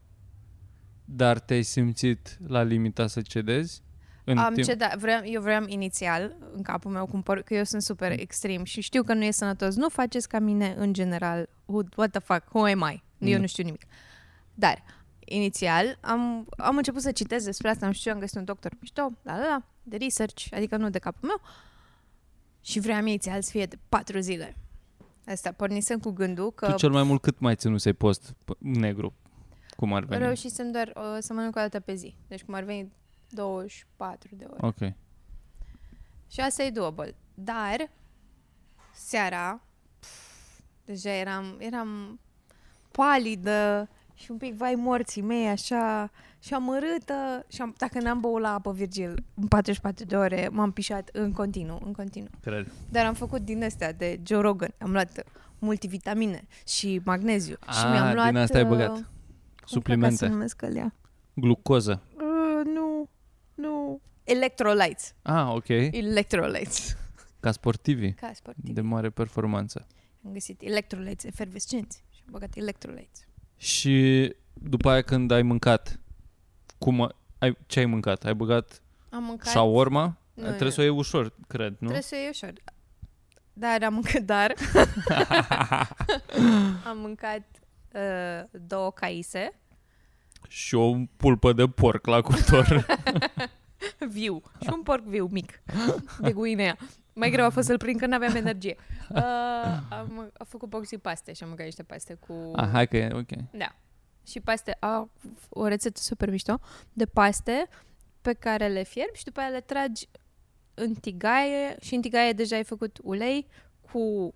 S1: Dar te-ai simțit la limita să cedezi? În
S2: Am
S1: timp...
S2: cedat, vreau, eu vreau inițial, în capul meu, cumpăr, că eu sunt super extrem și știu că nu e sănătos. Nu faceți ca mine în general. Who, what the fuck? Who am I? Eu
S1: Mm.
S2: nu știu nimic. Dar, inițial, am, am început să citesc despre asta, nu știu, am găsit un doctor mișto, la la la, de research, adică nu de capul meu. Și vreau inițial să fie de patru zile. Asta, pornisem cu gândul că
S1: Tu cel mai mult cât mai ținusei post p- negru? Cum ar veni?
S2: reușisem doar uh, să mănânc o dată pe zi. Deci cum ar veni 24 de ore.
S1: Ok.
S2: Și asta e doable. Dar, seara, pf, deja eram, eram palidă și un pic vai morții mei, așa, și amărâtă. Și am, dacă n-am băut la apă, Virgil, în 44 de ore m-am pișat în continuu, în continuu.
S1: Cred.
S2: Dar am făcut din astea de Joe Rogan. Am luat multivitamine și magneziu. și
S1: Ah,
S2: mi-am luat...
S1: din asta ai băgat.
S2: uh, cum cred că
S1: Suplimente.
S2: se numesc alea?
S1: Glucoză.
S2: Uh, nu, nu. Electrolytes.
S1: Ah, ok.
S2: Electrolytes.
S1: Ca sportivii
S2: Ca sportiv.
S1: de mare performanță.
S2: Am găsit electrolytes efervescenți și am băgat electrolytes.
S1: Și după aia când ai mâncat, cum a- ai, ce ai mâncat? Ai băgat
S2: Am mâncat...
S1: shawarma?
S2: Nu,
S1: Trebuie
S2: nu.
S1: să o iei ușor, cred, nu?
S2: Trebuie să iei ușor. Dar am mâncat, dar... am mâncat uh, două caise
S1: Și o pulpă de porc la cuptor.
S2: viu și un porc viu mic de guinea. Mai greu a fost să-l prind că n-aveam energie. Uh, am, a făcut boxii paste și am mâncat niște paste cu...
S1: ah, hai că e, ok.
S2: Da. Și paste, au o rețetă super mișto de paste pe care le fierbi și după aia le tragi în tigaie și în tigaie deja ai făcut ulei cu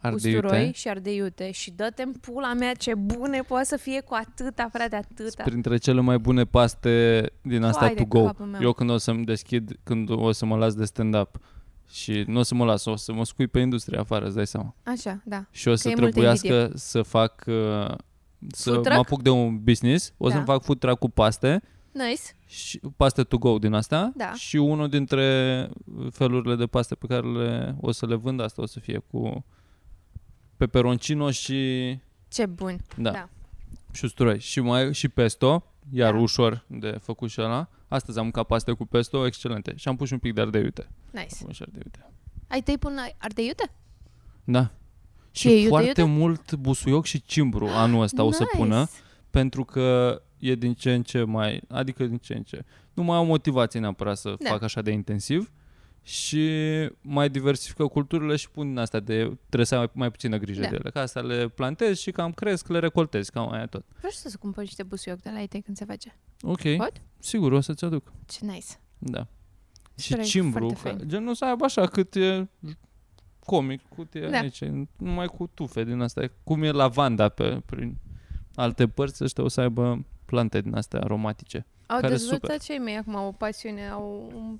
S1: Ardei
S2: usturoi
S1: iute.
S2: și ardei iute și dă-te în pula mea ce bune poate să fie cu atâta, frate, atâta.
S1: Printre cele mai bune paste din asta
S2: Vai de
S1: to go.
S2: capul meu.
S1: Eu când o să-mi deschid, când o să mă las de stand-up și nu o să mă las, o să mă scui pe industrie afară, îți dai seama.
S2: Așa, da.
S1: Și o să
S2: e multă
S1: trebuiască să fac, uh, să
S2: Food
S1: mă
S2: truck?
S1: apuc de un business, o
S2: Da.
S1: să-mi fac food truck cu paste
S2: Nice.
S1: și paste to go din asta
S2: Da.
S1: și unul dintre felurile de paste pe care le, o să le vând asta o să fie cu peperoncino și
S2: Ce bun.
S1: da,
S2: Da.
S1: și usturoi și mai și pesto, iar
S2: Da.
S1: ușor de făcut și ăla. Astăzi am mâncat paste cu pesto excelente și am pus și un pic de ardei iute.
S2: Nice.
S1: Un șar de iute.
S2: Ai tăi până ardei iute?
S1: Da.
S2: Și e
S1: Și
S2: iute,
S1: foarte
S2: iute?
S1: mult busuioc și cimbru anul ăsta o
S2: nice.
S1: să pună pentru că e din ce în ce mai, adică din ce în ce. Nu mai au motivație neapărat să
S2: Da.
S1: da. fac așa de intensiv și mai diversifică culturile și pun din asta de trebuie să ai mai, mai puțină grijă
S2: Da.
S1: da. de ele. Ca asta le plantez și cam cresc, le recoltez, cam aia tot.
S2: Vreau și să cumpăr niște busuioc de la ei tăi când se face.
S1: Ok,
S2: Pot?
S1: sigur, o să-ți aduc.
S2: Ce nice.
S1: Da. Și
S2: Pare
S1: cimbru,
S2: foarte
S1: ca,
S2: fain.
S1: gen nu să aibă așa cât e comic, cât e
S2: Da.
S1: da. aici, numai cu tufe din astea, cum e lavanda pe, prin alte părți, ăștia o să aibă plante din astea aromatice.
S2: Au
S1: Care-s
S2: dezvoltat cei mei acum o pasiune, au un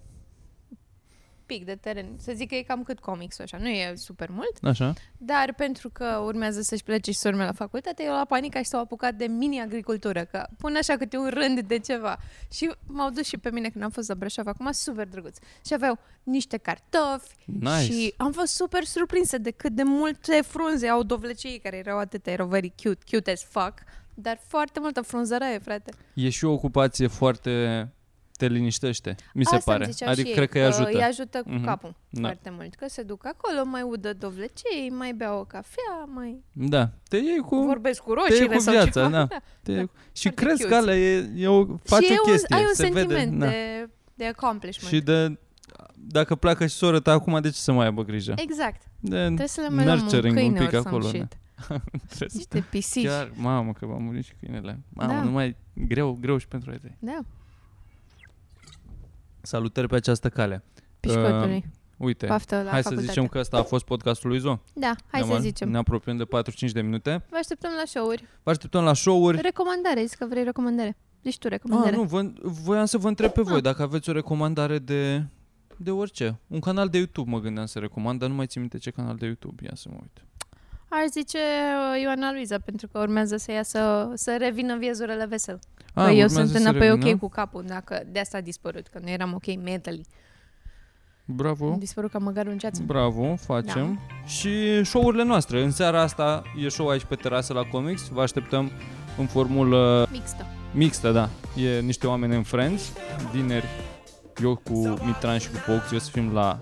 S2: pic de teren. Să zic că e cam cât comics așa. Nu e super mult,
S1: Așa?
S2: dar pentru că urmează să-și plece și să urme la facultate, eu la panica și s-au apucat de mini-agricultură, că pun așa câte un rând de ceva. Și m-au dus și pe mine când am fost la Brașov acum, super drăguț. Și aveau niște cartofi
S1: Nice.
S2: și am fost super surprinsă de cât de multe frunze au dovlecei care erau atâtea, erau very cute, cute as fuck, dar foarte multă frunzărăie, frate.
S1: E și o ocupație foarte te liniștește, mi se
S2: Asta îmi
S1: pare.
S2: ziceau
S1: Adică
S2: și
S1: cred că îi ajută.
S2: Îi ajută cu
S1: Mhm.
S2: capul
S1: Da.
S2: foarte mult, că se duc acolo, mai udă dovlecei, mai bea o cafea, mai
S1: Da, te iei cu
S2: vorbesc cu
S1: te iei
S2: roșiile
S1: cu
S2: sau
S1: viața,
S2: ceva.
S1: da. Te iei cu... Și
S2: Foarte
S1: crezi
S2: cute.
S1: că alea e, e o, face
S2: și e
S1: o
S2: un-
S1: chestie,
S2: ai un
S1: se
S2: sentiment
S1: vede.
S2: de, de
S1: Da.
S2: accomplishment.
S1: Și de dacă pleacă și sora ta acum, de ce să mai aibă grijă?
S2: Exact.
S1: De,
S2: Trebuie să le mai luăm un
S1: Nurturing un
S2: câine
S1: pic
S2: or some
S1: acolo,
S2: shit.
S1: trebuie să-
S2: Niște pisici.
S1: Chiar, mamă, că va muri și câinele. Mamă,
S2: Da.
S1: da. numai greu, greu și pentru ei.
S2: Da,
S1: Salutări pe această cale.
S2: pișcotului.
S1: Uite,
S2: Paftă
S1: hai
S2: la
S1: să
S2: facultate.
S1: zicem că asta a fost podcastul lui Zo.
S2: Da, hai să
S1: Neaman,
S2: zicem.
S1: Ne apropiem de 45 de minute.
S2: Vă așteptăm la show-uri.
S1: Vă așteptăm la show-uri.
S2: Recomandare, zici că vrei recomandare. Zici tu
S1: Ah,
S2: recomandare.
S1: nu, vă, voiam să vă întreb pe
S2: Ah.
S1: voi dacă aveți o recomandare de, de orice. Un canal de YouTube mă gândeam să recomand, dar nu mai țin minte ce canal de YouTube. Ia să mă uit.
S2: Ar zice uh, Ioana Luiza, pentru că urmează să iasă, să revină viezurile vesel.
S1: Ah,
S2: Păi eu
S1: urmează
S2: sunt
S1: să
S2: înapoi
S1: revină.
S2: ok cu capul, dacă de asta a dispărut, că nu eram ok mentally.
S1: Bravo.
S2: Am dispărut ca măgarul în ceață.
S1: Bravo, facem.
S2: Da.
S1: Și show-urile noastre. În seara asta e show aici pe terasă la Comics. Vă așteptăm în formulă
S2: Mixtă.
S1: mixtă, da. E niște oameni în Friends. Vineri, eu cu Mitran și cu Pox, eu să fim la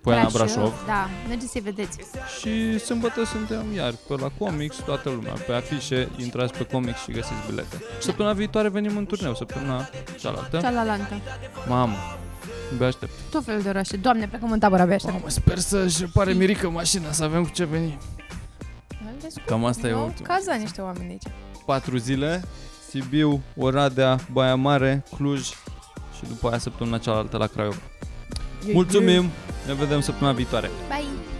S1: Poiana Brașov. Da.
S2: Da, mergeți să-i vedeți.
S1: Și sâmbătă suntem iar pe la comics, toată lumea, pe afișe, intrați pe comics și găsiți bilete. Și săptămâna viitoare venim în turneu, săptămâna cealaltă.
S2: Cealaltă.
S1: Mamă, abia aștept.
S2: Tot felul de orașe. Doamne, plecăm în tabăra abia aștept.
S1: Mamă, sper să-și repare mirică mașina, să avem cu ce veni. Cam asta e
S2: Au
S1: ultimul.
S2: Caza niște oameni aici.
S1: Patru zile, Sibiu, Oradea, Baia Mare, Cluj și după aia săptămâna cealaltă la Craiova. Mulțumim, ne vedem săptămâna viitoare.
S2: Bye!